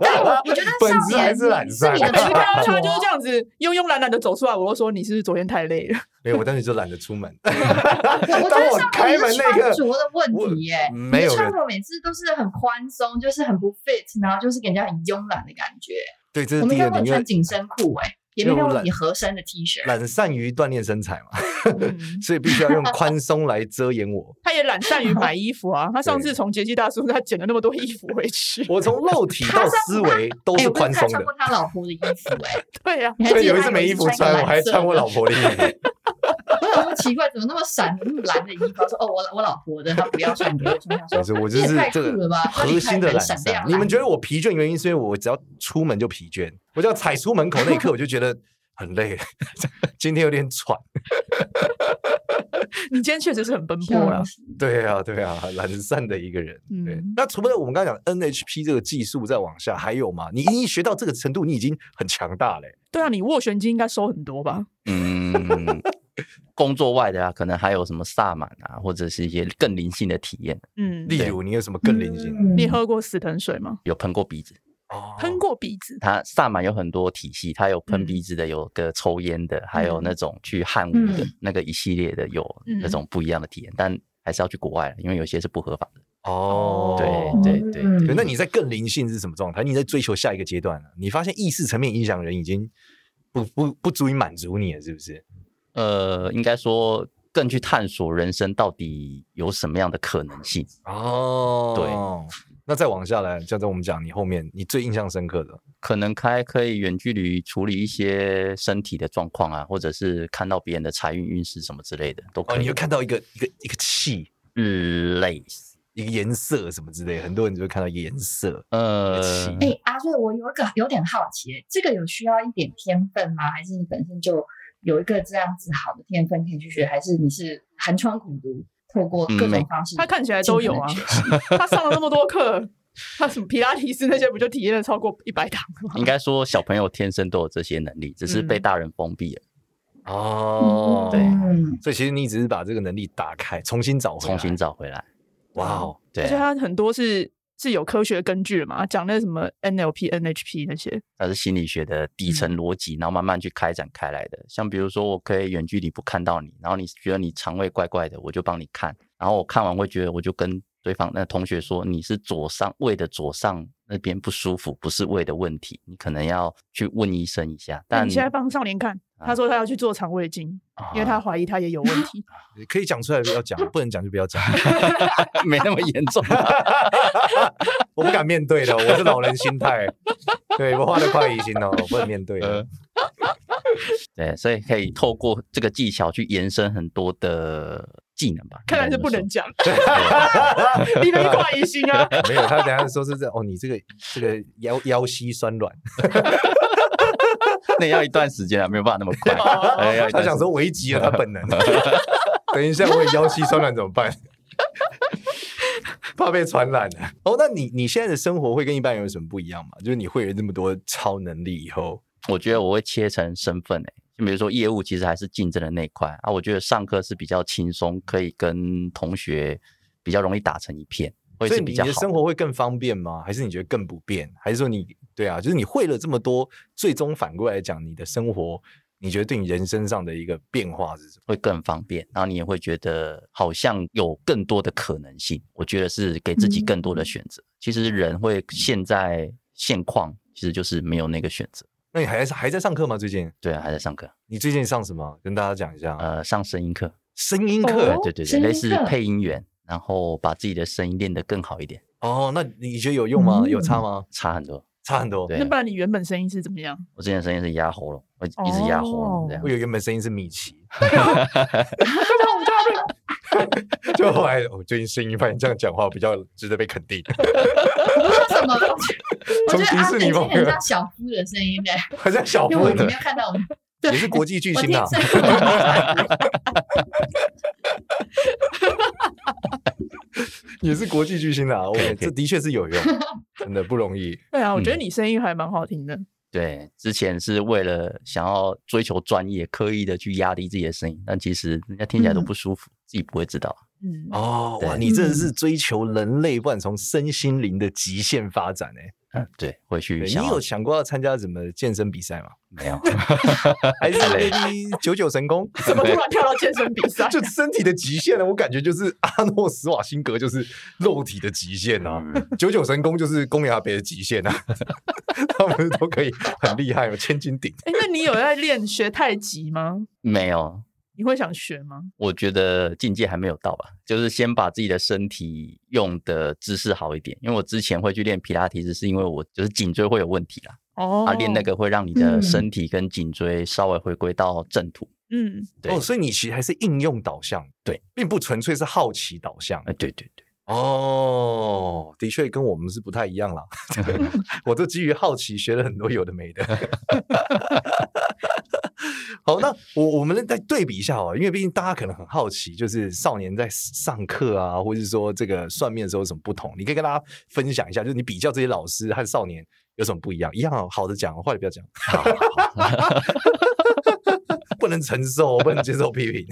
[SPEAKER 4] 但我我觉得
[SPEAKER 5] 本
[SPEAKER 4] 少
[SPEAKER 5] 质还
[SPEAKER 4] 年
[SPEAKER 5] 是懒
[SPEAKER 4] 是
[SPEAKER 5] 散
[SPEAKER 4] 你的
[SPEAKER 1] 每次看到啊
[SPEAKER 4] 穿
[SPEAKER 1] 他
[SPEAKER 4] 着
[SPEAKER 1] 就是这 样子慵慵懒懒的走出来，我就说你是不是昨天太累了？
[SPEAKER 5] 没有，我当时就懒得出门。
[SPEAKER 4] 我觉
[SPEAKER 5] 当
[SPEAKER 4] 得
[SPEAKER 5] 我
[SPEAKER 4] 像
[SPEAKER 5] 开门那
[SPEAKER 4] 穿
[SPEAKER 5] 个
[SPEAKER 4] 着的
[SPEAKER 5] 我
[SPEAKER 4] 问题耶、你
[SPEAKER 5] 没
[SPEAKER 4] 的
[SPEAKER 5] 有
[SPEAKER 4] 穿
[SPEAKER 5] 人
[SPEAKER 4] 着每次都是很宽松，就是很不 fit，然后就是给人家很慵懒的感觉。
[SPEAKER 5] 对，这
[SPEAKER 4] 我
[SPEAKER 5] 是
[SPEAKER 4] 没
[SPEAKER 5] 第一个
[SPEAKER 4] 看过
[SPEAKER 5] 点，
[SPEAKER 4] 你
[SPEAKER 5] 因为
[SPEAKER 4] 穿紧身裤哎、也
[SPEAKER 5] 因为
[SPEAKER 4] 没看
[SPEAKER 5] 我
[SPEAKER 4] 过
[SPEAKER 5] 懒
[SPEAKER 4] 你合身的 T 恤。
[SPEAKER 5] 懒散于锻炼身材嘛，
[SPEAKER 1] 嗯
[SPEAKER 5] 所以必须要用宽松来遮掩我。
[SPEAKER 1] 他也懒散于买衣服啊。他上
[SPEAKER 5] 对
[SPEAKER 1] 次从杰西大叔那捡了那么多衣服回去。
[SPEAKER 5] 我从肉体到思维都
[SPEAKER 4] 哎
[SPEAKER 5] 是
[SPEAKER 4] 我跟
[SPEAKER 5] 宽
[SPEAKER 4] 他
[SPEAKER 5] 松
[SPEAKER 4] 穿
[SPEAKER 5] 的
[SPEAKER 4] 过。他老婆的衣服哎、
[SPEAKER 1] 对啊呀、
[SPEAKER 4] 你还
[SPEAKER 5] 对，
[SPEAKER 4] 记得
[SPEAKER 5] 有一
[SPEAKER 4] 他
[SPEAKER 5] 次没衣服
[SPEAKER 4] 一个
[SPEAKER 5] 穿，我还
[SPEAKER 4] 蓝色
[SPEAKER 5] 穿我
[SPEAKER 4] 的
[SPEAKER 5] 老婆的 衣服。
[SPEAKER 4] 我想 说奇怪，怎么那么闪那么蓝的衣服？他说哦，我我老婆的，她不要穿给我穿。
[SPEAKER 5] 我
[SPEAKER 4] 想
[SPEAKER 5] 是
[SPEAKER 4] 说
[SPEAKER 5] 我就
[SPEAKER 4] 你也
[SPEAKER 5] 是
[SPEAKER 4] 太
[SPEAKER 5] 这
[SPEAKER 4] 酷
[SPEAKER 5] 个
[SPEAKER 4] 了吧那
[SPEAKER 5] 核
[SPEAKER 4] 你
[SPEAKER 5] 心
[SPEAKER 4] 看
[SPEAKER 5] 的
[SPEAKER 4] 很
[SPEAKER 5] 懒
[SPEAKER 4] 闪
[SPEAKER 5] 散
[SPEAKER 4] 亮。啊
[SPEAKER 5] 你们
[SPEAKER 4] 蓝
[SPEAKER 5] 觉得我疲倦的原因，是因为我只要出门就疲倦，我只要踩出门口那一刻，我就觉得很累， 今天有点喘。
[SPEAKER 1] 你今天确实是很奔波
[SPEAKER 4] 漂
[SPEAKER 1] 了
[SPEAKER 4] 亮。
[SPEAKER 5] 对啊，对啊，懒散的一个人。对，
[SPEAKER 1] 嗯
[SPEAKER 5] 那除了我们刚刚讲 NHP 这个技术再往下，还有吗？你已经学到这个程度，你已经很强大欸嘞、
[SPEAKER 1] 对啊，你斡旋金应该收很多吧？
[SPEAKER 3] 嗯，工作外的啊，可能还有什么萨满啊，或者是一些更灵性的体验。
[SPEAKER 1] 嗯，
[SPEAKER 5] 例如，你有什么更灵性的？
[SPEAKER 4] 嗯
[SPEAKER 1] 你喝过死藤水吗？
[SPEAKER 3] 有喷过鼻子，
[SPEAKER 5] 哦
[SPEAKER 1] 嗯喷过鼻子？
[SPEAKER 3] 它萨满有很多体系，它有喷
[SPEAKER 1] 嗯
[SPEAKER 3] 鼻子的，有个抽烟的，还有
[SPEAKER 1] 嗯
[SPEAKER 3] 那种去汗舞的
[SPEAKER 4] 嗯
[SPEAKER 3] 那个一系列的，有
[SPEAKER 1] 嗯
[SPEAKER 3] 那种不一样的体验，但还是要去国外了，因为有些是不合法的。
[SPEAKER 5] 哦，
[SPEAKER 3] 对对对
[SPEAKER 4] 嗯
[SPEAKER 5] 对，那你在更灵性是什么状态？你在追求下一个阶段了、你发现意识层面影响人已经不不不足以满足你了，是不是？
[SPEAKER 3] 呃，应该说更去探索人生到底有什么样的可能性。
[SPEAKER 5] 哦，对。那再往下来，像在我们讲你后面你最印象深刻的，
[SPEAKER 3] 可能开可以远距离处理一些身体的状况啊，或者是看到别人的财运运势什么之类的，都
[SPEAKER 5] 哦，
[SPEAKER 3] 可
[SPEAKER 5] 你
[SPEAKER 3] 以
[SPEAKER 5] 就。看到一个一个一个气，
[SPEAKER 3] 日类似，
[SPEAKER 5] 一个颜色什么之类的，很多人就会看到颜色。
[SPEAKER 3] 呃，
[SPEAKER 5] 气
[SPEAKER 4] 哎、阿瑞，我有一个有点好奇，这个有需要一点天分吗？还是你本身就有一个这样子好的天分可以去学？还是你是寒窗苦读，透过各
[SPEAKER 3] 嗯没
[SPEAKER 4] 种方式？
[SPEAKER 1] 他看起来都有啊，他上了那么多课，他什么皮拉提斯那些不就体验了超过一百堂吗？
[SPEAKER 3] 应该说小朋友天生都有这些能力，只是被
[SPEAKER 1] 嗯
[SPEAKER 3] 大人封闭了，
[SPEAKER 5] 哦，
[SPEAKER 3] 对
[SPEAKER 4] 嗯
[SPEAKER 5] 所以其实你只是把这个能力打开，重新找回来，
[SPEAKER 3] 重新找回来。
[SPEAKER 5] 哇哦，
[SPEAKER 3] 对
[SPEAKER 1] 而且
[SPEAKER 3] 啊，
[SPEAKER 1] 他很多是是有科学根据的嘛，讲那什么 NLP、NHP 那些，
[SPEAKER 3] 它是心理学的底
[SPEAKER 1] 嗯
[SPEAKER 3] 层逻辑，然后慢慢去开展开来的。像比如说，我可以远距离不看到你，然后你觉得你肠胃怪怪的，我就帮你看，然后我看完会觉得，我就跟对方那同学说，你是左上胃的左上那边不舒服，不是胃的问题，你可能要去问医生一下。
[SPEAKER 1] 那
[SPEAKER 3] 但
[SPEAKER 1] 哎
[SPEAKER 3] 啊
[SPEAKER 1] 你现在帮少年看，他说他要去做肠胃镜，因为他怀疑他也有问题。
[SPEAKER 5] 可以讲出来不要讲，不能讲就不要讲，
[SPEAKER 3] 啊 没那么严重，
[SPEAKER 5] 我不敢面对的，我是老人心态，对，我画的快疑心哦，我不能面对的
[SPEAKER 3] 呃，对，所以可以透过这个技巧去延伸很多的技能吧。
[SPEAKER 1] 看来是
[SPEAKER 3] 应该
[SPEAKER 1] 不
[SPEAKER 3] 这么
[SPEAKER 1] 能讲，
[SPEAKER 3] 说。
[SPEAKER 1] 你没怪疑心啊。
[SPEAKER 5] 没有，他等下说是这哦，你这个这个腰腰膝酸软，
[SPEAKER 3] 对那要一段时间啊，没有办法那么 快。
[SPEAKER 1] 哦
[SPEAKER 3] 哎要一
[SPEAKER 5] 他
[SPEAKER 3] 段时
[SPEAKER 5] 想说危急了他本能， 等一下我也腰膝酸软怎么办？ 怕被传染啊！哦，那你你现在的生活会跟一般人有什么不一样吗？就是你会有这么多超能力以后，
[SPEAKER 3] 我觉得我会切成身份诶、就比如说业务其实还是竞争的那一块啊，我觉得上课是比较轻松，可以跟同学比较容易打成一片，会
[SPEAKER 5] 所以
[SPEAKER 3] 是
[SPEAKER 5] 你
[SPEAKER 3] 比较好
[SPEAKER 5] 的生活会更方便吗？还是你觉得更不便？还是说你对啊，就是你会了这么多，最终反过来讲，你的生活，你觉得对你人生上的一个变化是什么？
[SPEAKER 3] 会更方便，然后你也会觉得好像有更多的可能性。我觉得是给自己更多
[SPEAKER 1] 嗯
[SPEAKER 3] 的选择。其实人会现在现况，其实就是没有那个选择。
[SPEAKER 5] 那你还还在上课吗？最近
[SPEAKER 3] 对啊，还在上课，
[SPEAKER 5] 你最近上什么？跟大家讲一下。
[SPEAKER 3] 呃，上声音课，
[SPEAKER 5] 声音课
[SPEAKER 4] 哦
[SPEAKER 3] 对对对，
[SPEAKER 4] 声音
[SPEAKER 3] 类似
[SPEAKER 4] 课
[SPEAKER 3] 配音员，然后把自己的声音练得更好一点，
[SPEAKER 5] 哦，那你觉得有用吗？有差
[SPEAKER 4] 嗯
[SPEAKER 5] 吗？
[SPEAKER 3] 差很多。
[SPEAKER 5] 差很多。
[SPEAKER 3] 对
[SPEAKER 1] 那不然你原本声音是怎么样？
[SPEAKER 3] 我之前的声音是压喉咙，我一直压喉咙这样
[SPEAKER 4] 哦
[SPEAKER 5] 我。有原本声音是 米 奇，就后来我最近声音发现这样讲话比较值得被肯定，
[SPEAKER 4] 我不知道什么， 我觉
[SPEAKER 5] 从
[SPEAKER 4] 得
[SPEAKER 5] 迪
[SPEAKER 4] 阿
[SPEAKER 5] 士
[SPEAKER 4] 北
[SPEAKER 5] 尼
[SPEAKER 4] 今
[SPEAKER 5] 风
[SPEAKER 4] 天很
[SPEAKER 5] 格
[SPEAKER 4] 像小夫的声音嘞，
[SPEAKER 5] 好像小
[SPEAKER 4] 因为
[SPEAKER 5] 夫
[SPEAKER 4] 我你没有看到 我，
[SPEAKER 5] 哦也是国际巨
[SPEAKER 4] 我
[SPEAKER 5] 星
[SPEAKER 4] 听
[SPEAKER 5] 啊。
[SPEAKER 4] 声音，
[SPEAKER 5] 也是国际巨星啊，我这的确是有用，真的不容 易。
[SPEAKER 1] 对
[SPEAKER 3] 嗯
[SPEAKER 1] 啊，我觉得你声音还蛮好听的。
[SPEAKER 3] 对，之前是为了想要追求专业，刻意的去压低自己的声音，但其实人家听起来都
[SPEAKER 4] 嗯
[SPEAKER 3] 不舒服，自己不会知道。
[SPEAKER 1] 嗯，
[SPEAKER 5] 哦，哇，
[SPEAKER 3] 对
[SPEAKER 5] 你真的是追求人类，不然从身心灵的极限发展哎、
[SPEAKER 3] 嗯，对，回去
[SPEAKER 5] 对
[SPEAKER 3] 想
[SPEAKER 5] 你
[SPEAKER 3] 要
[SPEAKER 5] 有想过要参加什么健身比赛 吗？
[SPEAKER 3] 没有？
[SPEAKER 5] 还是
[SPEAKER 3] 对
[SPEAKER 5] maybe 九九神 功？？
[SPEAKER 1] 怎么突然跳到健身比赛
[SPEAKER 5] 就身体的极限呢？我感觉就是阿诺·施瓦辛格就是肉体的极限
[SPEAKER 3] 嗯
[SPEAKER 5] 啊，九九神功就是公羊阿北的极限啊， 他们都可以很厉害嘛，千斤顶。
[SPEAKER 1] 哎，那你有在练学太极吗？
[SPEAKER 3] 没有，
[SPEAKER 1] 你会想学吗？
[SPEAKER 3] 我觉得境界还没有到吧，就是先把自己的身体用的姿势好一点。因为我之前会去练皮拉提斯，是因为我就是颈椎会有问题啦，
[SPEAKER 1] 哦，
[SPEAKER 3] 啊，练那，个会让你的身体跟颈椎稍微回归到正途。
[SPEAKER 1] 嗯，
[SPEAKER 3] 对
[SPEAKER 5] 哦，所以你其实还是应用导向，
[SPEAKER 3] 对，
[SPEAKER 5] 并不纯粹是好奇导向欸
[SPEAKER 3] 哎，。对对对，
[SPEAKER 5] 哦，的确跟我们是不太一样 啦。我都基于好奇学了很多有的没的。 好，那我我们再对比一下哦，因为毕竟大家可能很好奇，就是少年在上课啊，或是说这个算命的时候有什么不同，你可以跟大家分享一下，就是你比较这些老师和少年有什么不一样？一样哦好的讲，坏的不要讲， 不能承受，不能接受批评。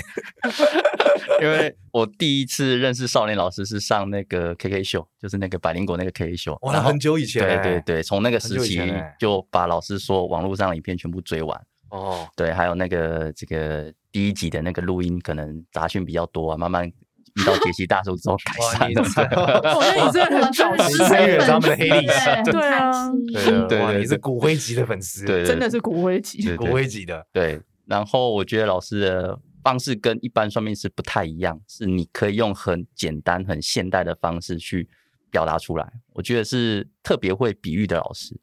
[SPEAKER 3] 因为我第一次认识少年老师是上那个 KK 秀，就是那个百灵果那个 KK 秀，
[SPEAKER 5] 哇，那
[SPEAKER 3] 然后
[SPEAKER 5] 很久以前、欸
[SPEAKER 3] 对对，对，从那个
[SPEAKER 5] 很
[SPEAKER 3] 时
[SPEAKER 5] 久以
[SPEAKER 3] 期
[SPEAKER 5] 前欸
[SPEAKER 3] 就把老师说网络上的影片全部追完，
[SPEAKER 5] 哦，
[SPEAKER 3] 对，还有那个这个第一集的那个录音，可能杂讯比较多啊，慢慢遇到杰西大叔之 后改
[SPEAKER 5] 哇，
[SPEAKER 3] 善
[SPEAKER 5] 你
[SPEAKER 3] 了。
[SPEAKER 1] 我觉得你真的很 重
[SPEAKER 5] 你
[SPEAKER 1] 视
[SPEAKER 5] 是
[SPEAKER 1] 这
[SPEAKER 5] 参
[SPEAKER 1] 个
[SPEAKER 5] 与了他们的黑历史
[SPEAKER 4] 对
[SPEAKER 1] 对啊
[SPEAKER 5] 对
[SPEAKER 3] 对
[SPEAKER 5] 哇
[SPEAKER 3] 对
[SPEAKER 5] 你是
[SPEAKER 3] 对
[SPEAKER 5] 骨灰级的粉丝，
[SPEAKER 3] 对，
[SPEAKER 1] 真的是骨灰级。
[SPEAKER 3] 对
[SPEAKER 5] 骨灰级的。
[SPEAKER 3] 对。然后我觉得老师的方式跟一般算命师不太一样，是你可以用很简单、很现代的方式去表达出来。我觉得是特别会比喻的老师。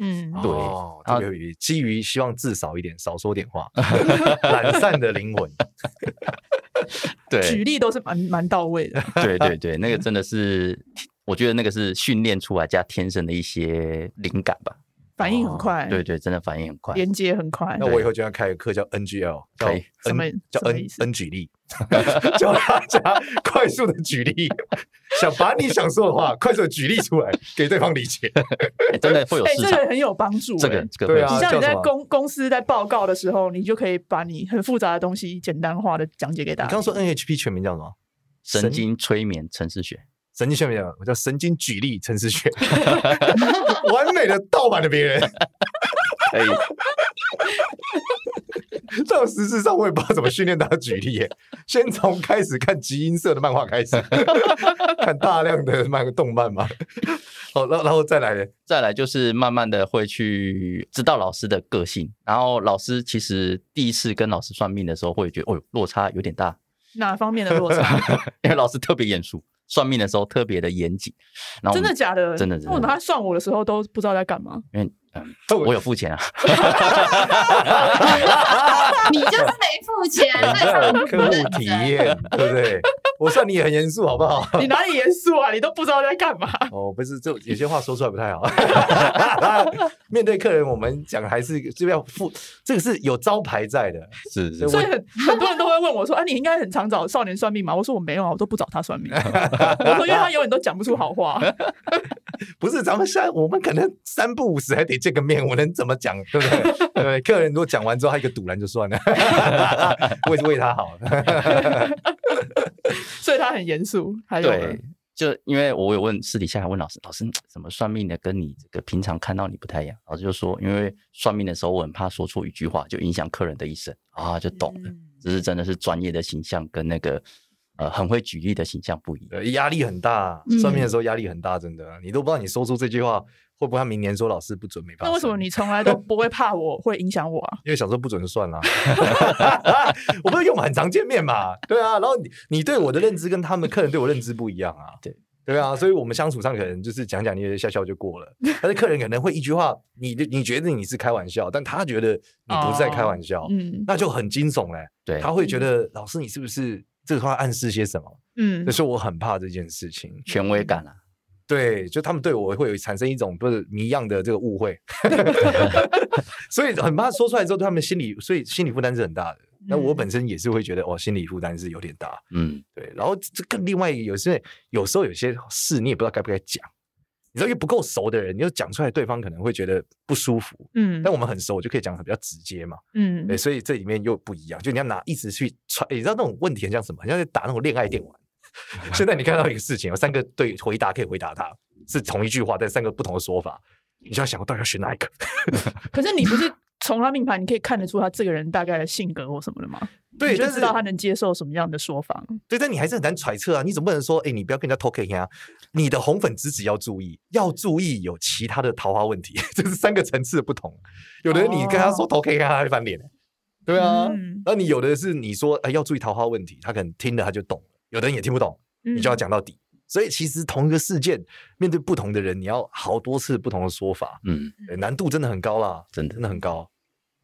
[SPEAKER 1] 嗯，
[SPEAKER 3] 对
[SPEAKER 5] 哦、特
[SPEAKER 3] 然后
[SPEAKER 5] 别有意义基于希望字少一点，少说点 话，懒散的灵魂。
[SPEAKER 1] 举例都是蛮蛮到位的。
[SPEAKER 3] 对对对，那个真的是，我觉得那个是训练出来加天生的一些灵感吧。哦
[SPEAKER 1] 反应很快，
[SPEAKER 3] 对，对，真的反应很快。
[SPEAKER 1] 连接很快
[SPEAKER 5] 那。我以后就要开个课叫 NGL，叫
[SPEAKER 3] 可以
[SPEAKER 5] N-
[SPEAKER 1] 什么
[SPEAKER 5] 叫
[SPEAKER 1] 什么
[SPEAKER 5] N
[SPEAKER 1] 意思
[SPEAKER 5] N 举例， 教大家快速的举例，想把你想说的话快速的举例出来，给对方理解。
[SPEAKER 3] 哎真的会有
[SPEAKER 1] 哎，
[SPEAKER 3] 市
[SPEAKER 1] 这
[SPEAKER 3] 场。
[SPEAKER 1] 个很有帮助。
[SPEAKER 3] 这个
[SPEAKER 1] 哎
[SPEAKER 3] 这个
[SPEAKER 5] 对
[SPEAKER 3] 会有
[SPEAKER 5] 啊
[SPEAKER 3] 市
[SPEAKER 1] 你
[SPEAKER 3] 场
[SPEAKER 1] 像你
[SPEAKER 5] 叫什
[SPEAKER 1] 在
[SPEAKER 5] 么
[SPEAKER 1] 公公司在报告的时候，你就可以把你很复杂的东西简单化的讲解给大
[SPEAKER 5] 你
[SPEAKER 1] 家
[SPEAKER 5] 刚。说 NHP 全名叫什么？
[SPEAKER 3] 神经催眠城市学，
[SPEAKER 5] 神经学名叫什么我叫神经举例陈思学， 完美的盗版了别人。
[SPEAKER 3] 可
[SPEAKER 5] 哎
[SPEAKER 3] 以
[SPEAKER 5] 到实质上，我也不知道怎么训练大家举例耶。先从开始看集英社的漫画开始， 看大量的漫动漫嘛。好，然后然后再来嘞，
[SPEAKER 3] 再来就是慢慢的会去知道老师的个性，然后老师其实第一次跟老师算命的时候，会觉得哦呦落差有点大，
[SPEAKER 1] 哪方面的落差？
[SPEAKER 3] 因为老师特别严肃，算命的时候特别的严谨。然后我
[SPEAKER 1] 真
[SPEAKER 3] 们
[SPEAKER 1] 的假的？
[SPEAKER 3] 真的真的
[SPEAKER 1] 为什么他算我的时候都不知道在干嘛？
[SPEAKER 3] 因为嗯，
[SPEAKER 5] 哦
[SPEAKER 3] 我有付钱啊，
[SPEAKER 4] 你就是没付钱，那
[SPEAKER 5] 这
[SPEAKER 4] 才
[SPEAKER 5] 种客户体验，对不对？我算你也很严肃，好不好？
[SPEAKER 1] 你哪里严肃啊？你都不知道在干嘛？
[SPEAKER 5] 哦，不是，这有些话说出来不太好。面对客人，我们讲还是就要付，这个是有招牌在的。
[SPEAKER 3] 是
[SPEAKER 5] 所以
[SPEAKER 3] 是
[SPEAKER 1] 所
[SPEAKER 5] 我
[SPEAKER 1] 以很很多人都会问我说：“啊，你应该很常找少年算命吗？”我说：“我没有啊，我都不找他算命。” 我说：“因为他永远都讲不出好话。
[SPEAKER 5] 不是，咱们三我们可能三不五时还得见个面，我能怎么讲，对不对？对不对？客人如果讲完之后，他一个堵拦就算了， 我也是为他好。”
[SPEAKER 1] 所以他很严肃。还有
[SPEAKER 5] 嗯
[SPEAKER 3] 对，就因为我有问私底下还问老师，老师怎么算命的跟你这个平常看到你不太一样？老师就说，因为算命的时候我很怕说错一句话就影响客人的一生啊，就懂了，
[SPEAKER 1] 嗯
[SPEAKER 3] 只是真的是专业的形象跟那个呃很会举例的形象不一样。
[SPEAKER 5] 呃压力很大，算命的时候压力很大，真的，你都不知道你说出这句话会不会他明年说老师不准没办法。
[SPEAKER 1] 那为什么？你从来都不会怕我会影响 我啊？
[SPEAKER 5] 因为想说不准就算了， 我不是因为我们很常见面嘛，对啊，然后你你对我的认知跟他们客人对我认知不一样啊，
[SPEAKER 3] 对
[SPEAKER 5] 对啊，所以我们相处上可能就是讲讲你的笑笑就过 了，但是客人可能会一句话，你你觉得你是开玩笑，但他觉得你不是在开玩笑，
[SPEAKER 1] 嗯
[SPEAKER 5] 那就很惊悚嘞、
[SPEAKER 3] 哦对，
[SPEAKER 5] 他会觉得老师你是不是这个话暗示些什么？
[SPEAKER 1] 嗯
[SPEAKER 5] 所以，说我很怕这件事情，
[SPEAKER 3] 权威感啊，
[SPEAKER 5] 对，就他们对我会有产生一种不是谜一样的这个 误会，所以很怕说出来之后，对他们心理，所以心理负担是很大的。那我
[SPEAKER 1] 嗯
[SPEAKER 5] 本身也是会觉得，哦，心理负担是有点大，
[SPEAKER 3] 嗯，
[SPEAKER 5] 对。然后这更另外一个有些有时候有些事你也不知道该不该讲，你知道，因为不够熟的人，你就讲出来，对方可能会觉得不舒服。
[SPEAKER 1] 嗯
[SPEAKER 5] 但我们很熟，我就可以讲的比较直接嘛，
[SPEAKER 1] 嗯
[SPEAKER 5] 对，所以这里面又不一样，就你要拿一直去传，你知道那种问题很像什么？很像在打那种恋爱电玩。 现在你看到一个事情，有三个对回答可以回答它，是同一句话，但三个不同的说法，你就要想我到底要选哪一 个？
[SPEAKER 1] 可是你不是从他命盘，你可以看得出他这个人大概的性格或什么的吗？
[SPEAKER 5] 对，
[SPEAKER 1] 你就
[SPEAKER 5] 但
[SPEAKER 1] 知
[SPEAKER 5] 是
[SPEAKER 1] 道他能接受什么样的说法。
[SPEAKER 5] 对，但你还是很难揣测啊！你总不能说，哎、你不要跟人家 talking 啊！你的红粉知己要注意，要注意有其他的桃花问题， 这是三个层次的不同。有的人你跟他说 talking 啊，他会翻脸、对啊，
[SPEAKER 1] 哦嗯
[SPEAKER 5] 那你有的是你说，哎、要注意桃花问题，他可能听了他就懂了，有的人也听不懂，你就要
[SPEAKER 1] 嗯
[SPEAKER 5] 讲到底。所以其实同一个事件，面对不同的人，你要好多次不同的说法，
[SPEAKER 3] 嗯，
[SPEAKER 5] 呃难度真的很高啦，
[SPEAKER 3] 真的
[SPEAKER 5] 真的很高。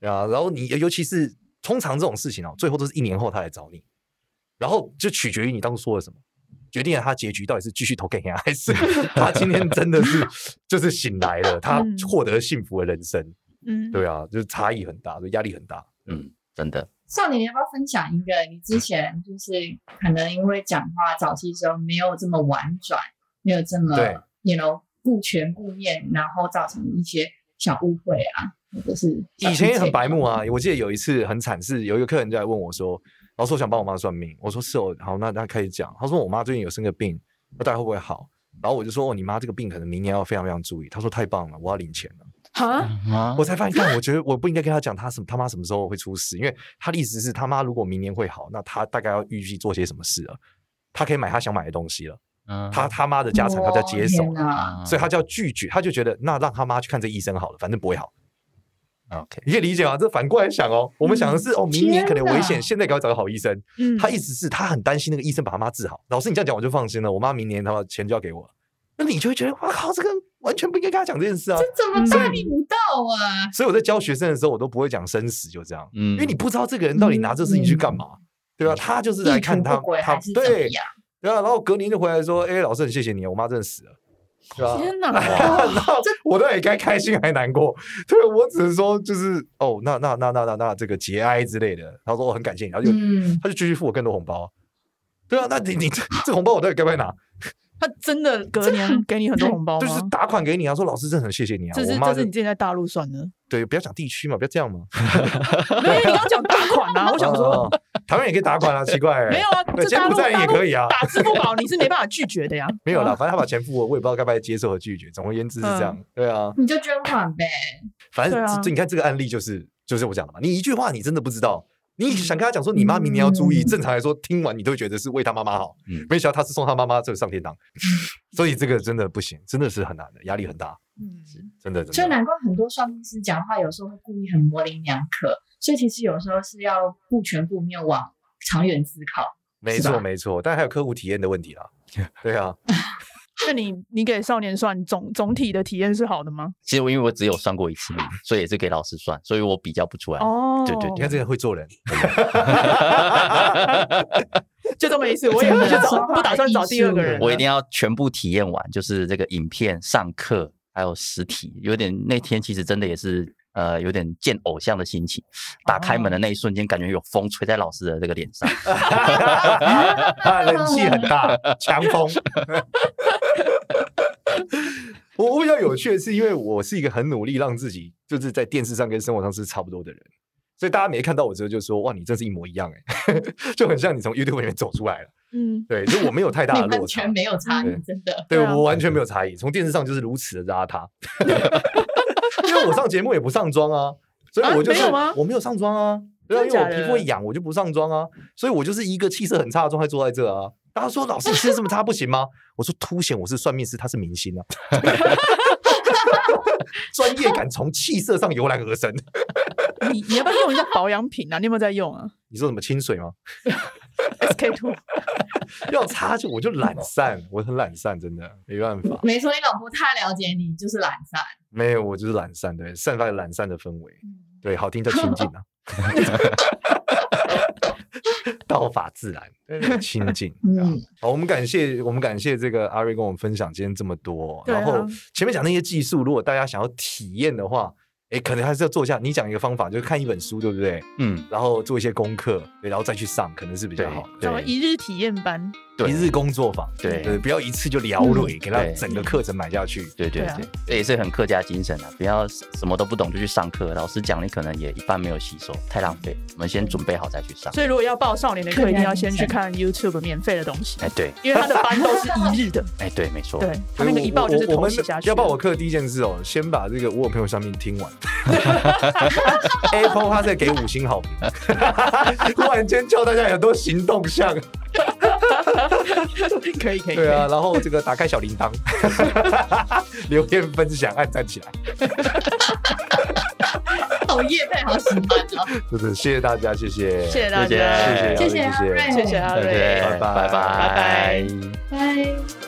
[SPEAKER 5] 对啊，然后你尤其是通常这种事情哦，最后都是一年后他来找你，然后就取决于你当初说了什么，决定了他结局到底是继续投给你，啊还 是他今天真的是就是醒来了，他
[SPEAKER 1] 嗯
[SPEAKER 5] 获得幸福的人生。
[SPEAKER 1] 嗯，
[SPEAKER 5] 对啊，就是差异很大，就压力很大。
[SPEAKER 3] 嗯，真的，
[SPEAKER 4] 少年，你要不要分享一个你之前就是可能因为讲话早期时候没有这么婉转，没有这么
[SPEAKER 5] 对
[SPEAKER 4] ，you know，顾全顾面，然后造成一些小误会啊，或者是小
[SPEAKER 5] 以前也
[SPEAKER 4] 误解
[SPEAKER 5] 很白目啊，我记得有一次很惨，是有一个客人就来问我说，老师我想帮我妈算命，我说是哦，好，那那开始讲，他说我妈最近有生个病，那大概会不会好？然后我就说哦，你妈这个病可能明年要非常非常注意。他说太棒了，我要领钱了。
[SPEAKER 1] 哈，
[SPEAKER 3] 啊
[SPEAKER 5] 我才发现，干我觉得我不应该跟他讲他什么他妈什么时候会出事，因为他的意思是他妈如果明年会好，那他大概要预计做些什么事了，他可以买他想买的东西了，他他妈的家产他在接手
[SPEAKER 4] 天
[SPEAKER 5] 了，
[SPEAKER 4] 哪
[SPEAKER 5] 所以他就要拒绝，他就觉得那让他妈去看这医生好了，反正不会好。
[SPEAKER 3] 他 OK，
[SPEAKER 5] 你可以理解吗？这反过来想哦，我们想的是、哦，明年可能有危
[SPEAKER 4] 嗯天
[SPEAKER 5] 险，
[SPEAKER 4] 哪
[SPEAKER 5] 现在赶快找个好医生。
[SPEAKER 1] 嗯
[SPEAKER 5] 他意思是他很担心那个医生把他妈治好。老师，你这样讲我就放心了，我妈明年他妈钱就要给我了。那你就会觉得，哇靠，这个完全不应该跟他讲这件事啊。
[SPEAKER 4] 这怎么办理不到啊？
[SPEAKER 5] 所以我在教学生的时候，我都不会讲生死，就这样，
[SPEAKER 3] 嗯
[SPEAKER 5] 因为你不知道这个人到底拿这事情去干嘛，对吧、他就是来看
[SPEAKER 4] 嗯意图
[SPEAKER 5] 他
[SPEAKER 4] 不轨
[SPEAKER 5] 他
[SPEAKER 4] 还是怎么
[SPEAKER 5] 对
[SPEAKER 4] 样？
[SPEAKER 5] 对啊，然后隔年就回来说，哎、老师很谢谢你，我妈真的死了。是吧？
[SPEAKER 1] 天哪！
[SPEAKER 5] 我到底该开心还难过？对我只是说，就是哦，那那那那那那这个节哀之类的。他说我很感谢你，然后就、
[SPEAKER 4] 嗯，
[SPEAKER 5] 他就继续付我更多红包啊。对啊，那你你这这红包我到底该不该拿？
[SPEAKER 1] 他真的隔年给你很多红包
[SPEAKER 5] 就是
[SPEAKER 1] 吗？
[SPEAKER 5] 打款给你啊，说老师真的很谢谢你啊。
[SPEAKER 1] 这
[SPEAKER 5] 我
[SPEAKER 1] 是
[SPEAKER 5] 妈
[SPEAKER 1] 这
[SPEAKER 5] 就是
[SPEAKER 1] 你之前在大陆算的，
[SPEAKER 5] 对，不要讲地区嘛，不要这样嘛。
[SPEAKER 1] 没有因为你刚刚讲打款 啊，我想说
[SPEAKER 5] 哦，台湾也可以打款啊，奇怪、欸。
[SPEAKER 1] 没有啊，
[SPEAKER 5] 对
[SPEAKER 1] 这大
[SPEAKER 5] 柬
[SPEAKER 1] 陆
[SPEAKER 5] 埔寨
[SPEAKER 1] 大
[SPEAKER 5] 也
[SPEAKER 1] 陆
[SPEAKER 5] 可以啊
[SPEAKER 1] 打啊支付宝你是没办法拒绝的呀。
[SPEAKER 5] 没有啦，反正他把钱付我，我也不知道该不该接受和拒绝。总而言之是这
[SPEAKER 1] 嗯
[SPEAKER 5] 样，对啊，
[SPEAKER 4] 你就捐款呗。
[SPEAKER 5] 反正
[SPEAKER 1] 对啊
[SPEAKER 5] 这、这你看这个案例就是就是我讲的嘛，你一句话你真的不知道，你想跟他讲说你妈明年要注意，
[SPEAKER 4] 嗯
[SPEAKER 5] 正常来说听完你都会觉得是为他妈妈好，
[SPEAKER 3] 嗯
[SPEAKER 5] 没想到他是送他妈妈这个上天堂，所以这个真的不行，真的是很难的，压力很大，
[SPEAKER 1] 嗯，
[SPEAKER 5] 真的真的。
[SPEAKER 4] 所以难怪很多算命师讲话有时候会故意很模棱两可，所以其实有时候是要顾全顾面往长远思考。
[SPEAKER 5] 没
[SPEAKER 4] 是吧
[SPEAKER 5] 错没错，但还有客户体验的问题啦。对啊，
[SPEAKER 1] 那你你给少年算总总体的体验是好的吗？
[SPEAKER 3] 其实我因为我只有算过一次嘛，所以也是给老师算，所以我比较不出来。
[SPEAKER 1] 哦，
[SPEAKER 3] 对对
[SPEAKER 5] 你看这个会做人，
[SPEAKER 1] 就这么一次，我也不
[SPEAKER 4] 真的
[SPEAKER 1] 找不打算找第二个人了。
[SPEAKER 3] 我一定要全部体验完，就是这个影片、上课还有实体，有点那天其实真的也是呃有点见偶像的心情。打开
[SPEAKER 5] 哦
[SPEAKER 3] 门的那一瞬间，感觉有风吹在老师的这个脸上，
[SPEAKER 5] 啊，人气很大，强风。 我我比较有趣的是，因为我是一个很努力让自己就是在电视上跟生活上是差不多的人，所以大家没看到我之后就说：“哇，你真是一模一样哎、 就很像你从 YouTube 里面走出来了。
[SPEAKER 1] 嗯”，
[SPEAKER 5] 对，就我没有太大
[SPEAKER 4] 你
[SPEAKER 5] 的落
[SPEAKER 4] 完
[SPEAKER 5] 差
[SPEAKER 4] 全，没有差异
[SPEAKER 5] 对，
[SPEAKER 4] 真的。
[SPEAKER 5] 对
[SPEAKER 1] 对啊
[SPEAKER 5] 我完全没有差异，从电视上就是如此的邋遢， 因为我上节目也不上妆啊，所以
[SPEAKER 1] 啊
[SPEAKER 5] 我就是、
[SPEAKER 1] 没有吗
[SPEAKER 5] 我没有上妆啊，对啊，
[SPEAKER 1] 真
[SPEAKER 5] 因
[SPEAKER 1] 的
[SPEAKER 5] 为
[SPEAKER 1] 假
[SPEAKER 5] 我
[SPEAKER 1] 的
[SPEAKER 5] 皮肤会痒，我就不上妆啊，所以我就是一个气色很差的状态坐在这啊。大家说老师气色这么差不行吗？我说凸显我是算命师，他是明星啊， 专业感从气色上由来而生。
[SPEAKER 1] 你你要不要用一下保养品啊？你有没有在用啊
[SPEAKER 5] 你说什么清水吗？
[SPEAKER 1] ？SK two，
[SPEAKER 5] 要擦就我就懒散，我很懒散，真的没办法。
[SPEAKER 4] 没错，你老婆太了解你，就是懒散。
[SPEAKER 5] 没有，我就是懒散，对，散发懒散的氛围，对，好听叫清 静啊，道法自然，对清静。对啊
[SPEAKER 4] 嗯
[SPEAKER 5] 好，我们感谢我们感谢这个阿瑞跟我们分享今天这么多，哦
[SPEAKER 1] 对啊
[SPEAKER 5] 然后前面讲那些技术，如果大家想要体验的话，哎，可能还是要做一下。你讲一个方法，就是看一本书，对不对？
[SPEAKER 3] 嗯，
[SPEAKER 5] 然后做一些功课，对，然后再去上，可能是比较好的。
[SPEAKER 1] 什么一日体验班？
[SPEAKER 3] 对
[SPEAKER 5] 一日工作坊，
[SPEAKER 3] 对
[SPEAKER 5] 对，不要一次就了
[SPEAKER 1] 嗯
[SPEAKER 5] 蕊，给他
[SPEAKER 3] 对
[SPEAKER 5] 整个课程买下去。
[SPEAKER 3] 对对
[SPEAKER 1] 对啊
[SPEAKER 3] 对，这也是很客家精神啊，不要什么都不懂就去上课，老师讲你可能也一半没有吸收，太浪费。我们先准备好再去上。
[SPEAKER 1] 所以如果要报少年的课，一定要先去看 YouTube 免费的东西，
[SPEAKER 3] 哎，对，
[SPEAKER 1] 因为他的班都是一日的，
[SPEAKER 3] 哎，对，没错，
[SPEAKER 1] 对他那个一报就是
[SPEAKER 5] 哎我我我
[SPEAKER 1] 头
[SPEAKER 5] 们
[SPEAKER 1] 洗下去。
[SPEAKER 5] 要报我课的第一件事哦，先把这个我有朋友上面听完，Apple 他在给五星好 评，突然间教大家很多行动项，
[SPEAKER 1] 可以可以，
[SPEAKER 5] 对啊，然后这个打开小铃铛， 留言分享，按赞起来，
[SPEAKER 4] 好哦叶佩，好喜欢哦。
[SPEAKER 5] 真的谢谢大家，谢谢，
[SPEAKER 1] 可以，谢谢大
[SPEAKER 3] 谢
[SPEAKER 1] 家，啊
[SPEAKER 4] 谢
[SPEAKER 5] 谢谢
[SPEAKER 4] 谢
[SPEAKER 5] 阿
[SPEAKER 4] 阿
[SPEAKER 5] 瑞
[SPEAKER 4] 瑞，
[SPEAKER 1] 谢谢阿
[SPEAKER 3] 对
[SPEAKER 1] 瑞。
[SPEAKER 5] 拜拜
[SPEAKER 3] 拜
[SPEAKER 1] 拜
[SPEAKER 3] 拜
[SPEAKER 1] 拜。
[SPEAKER 4] 拜。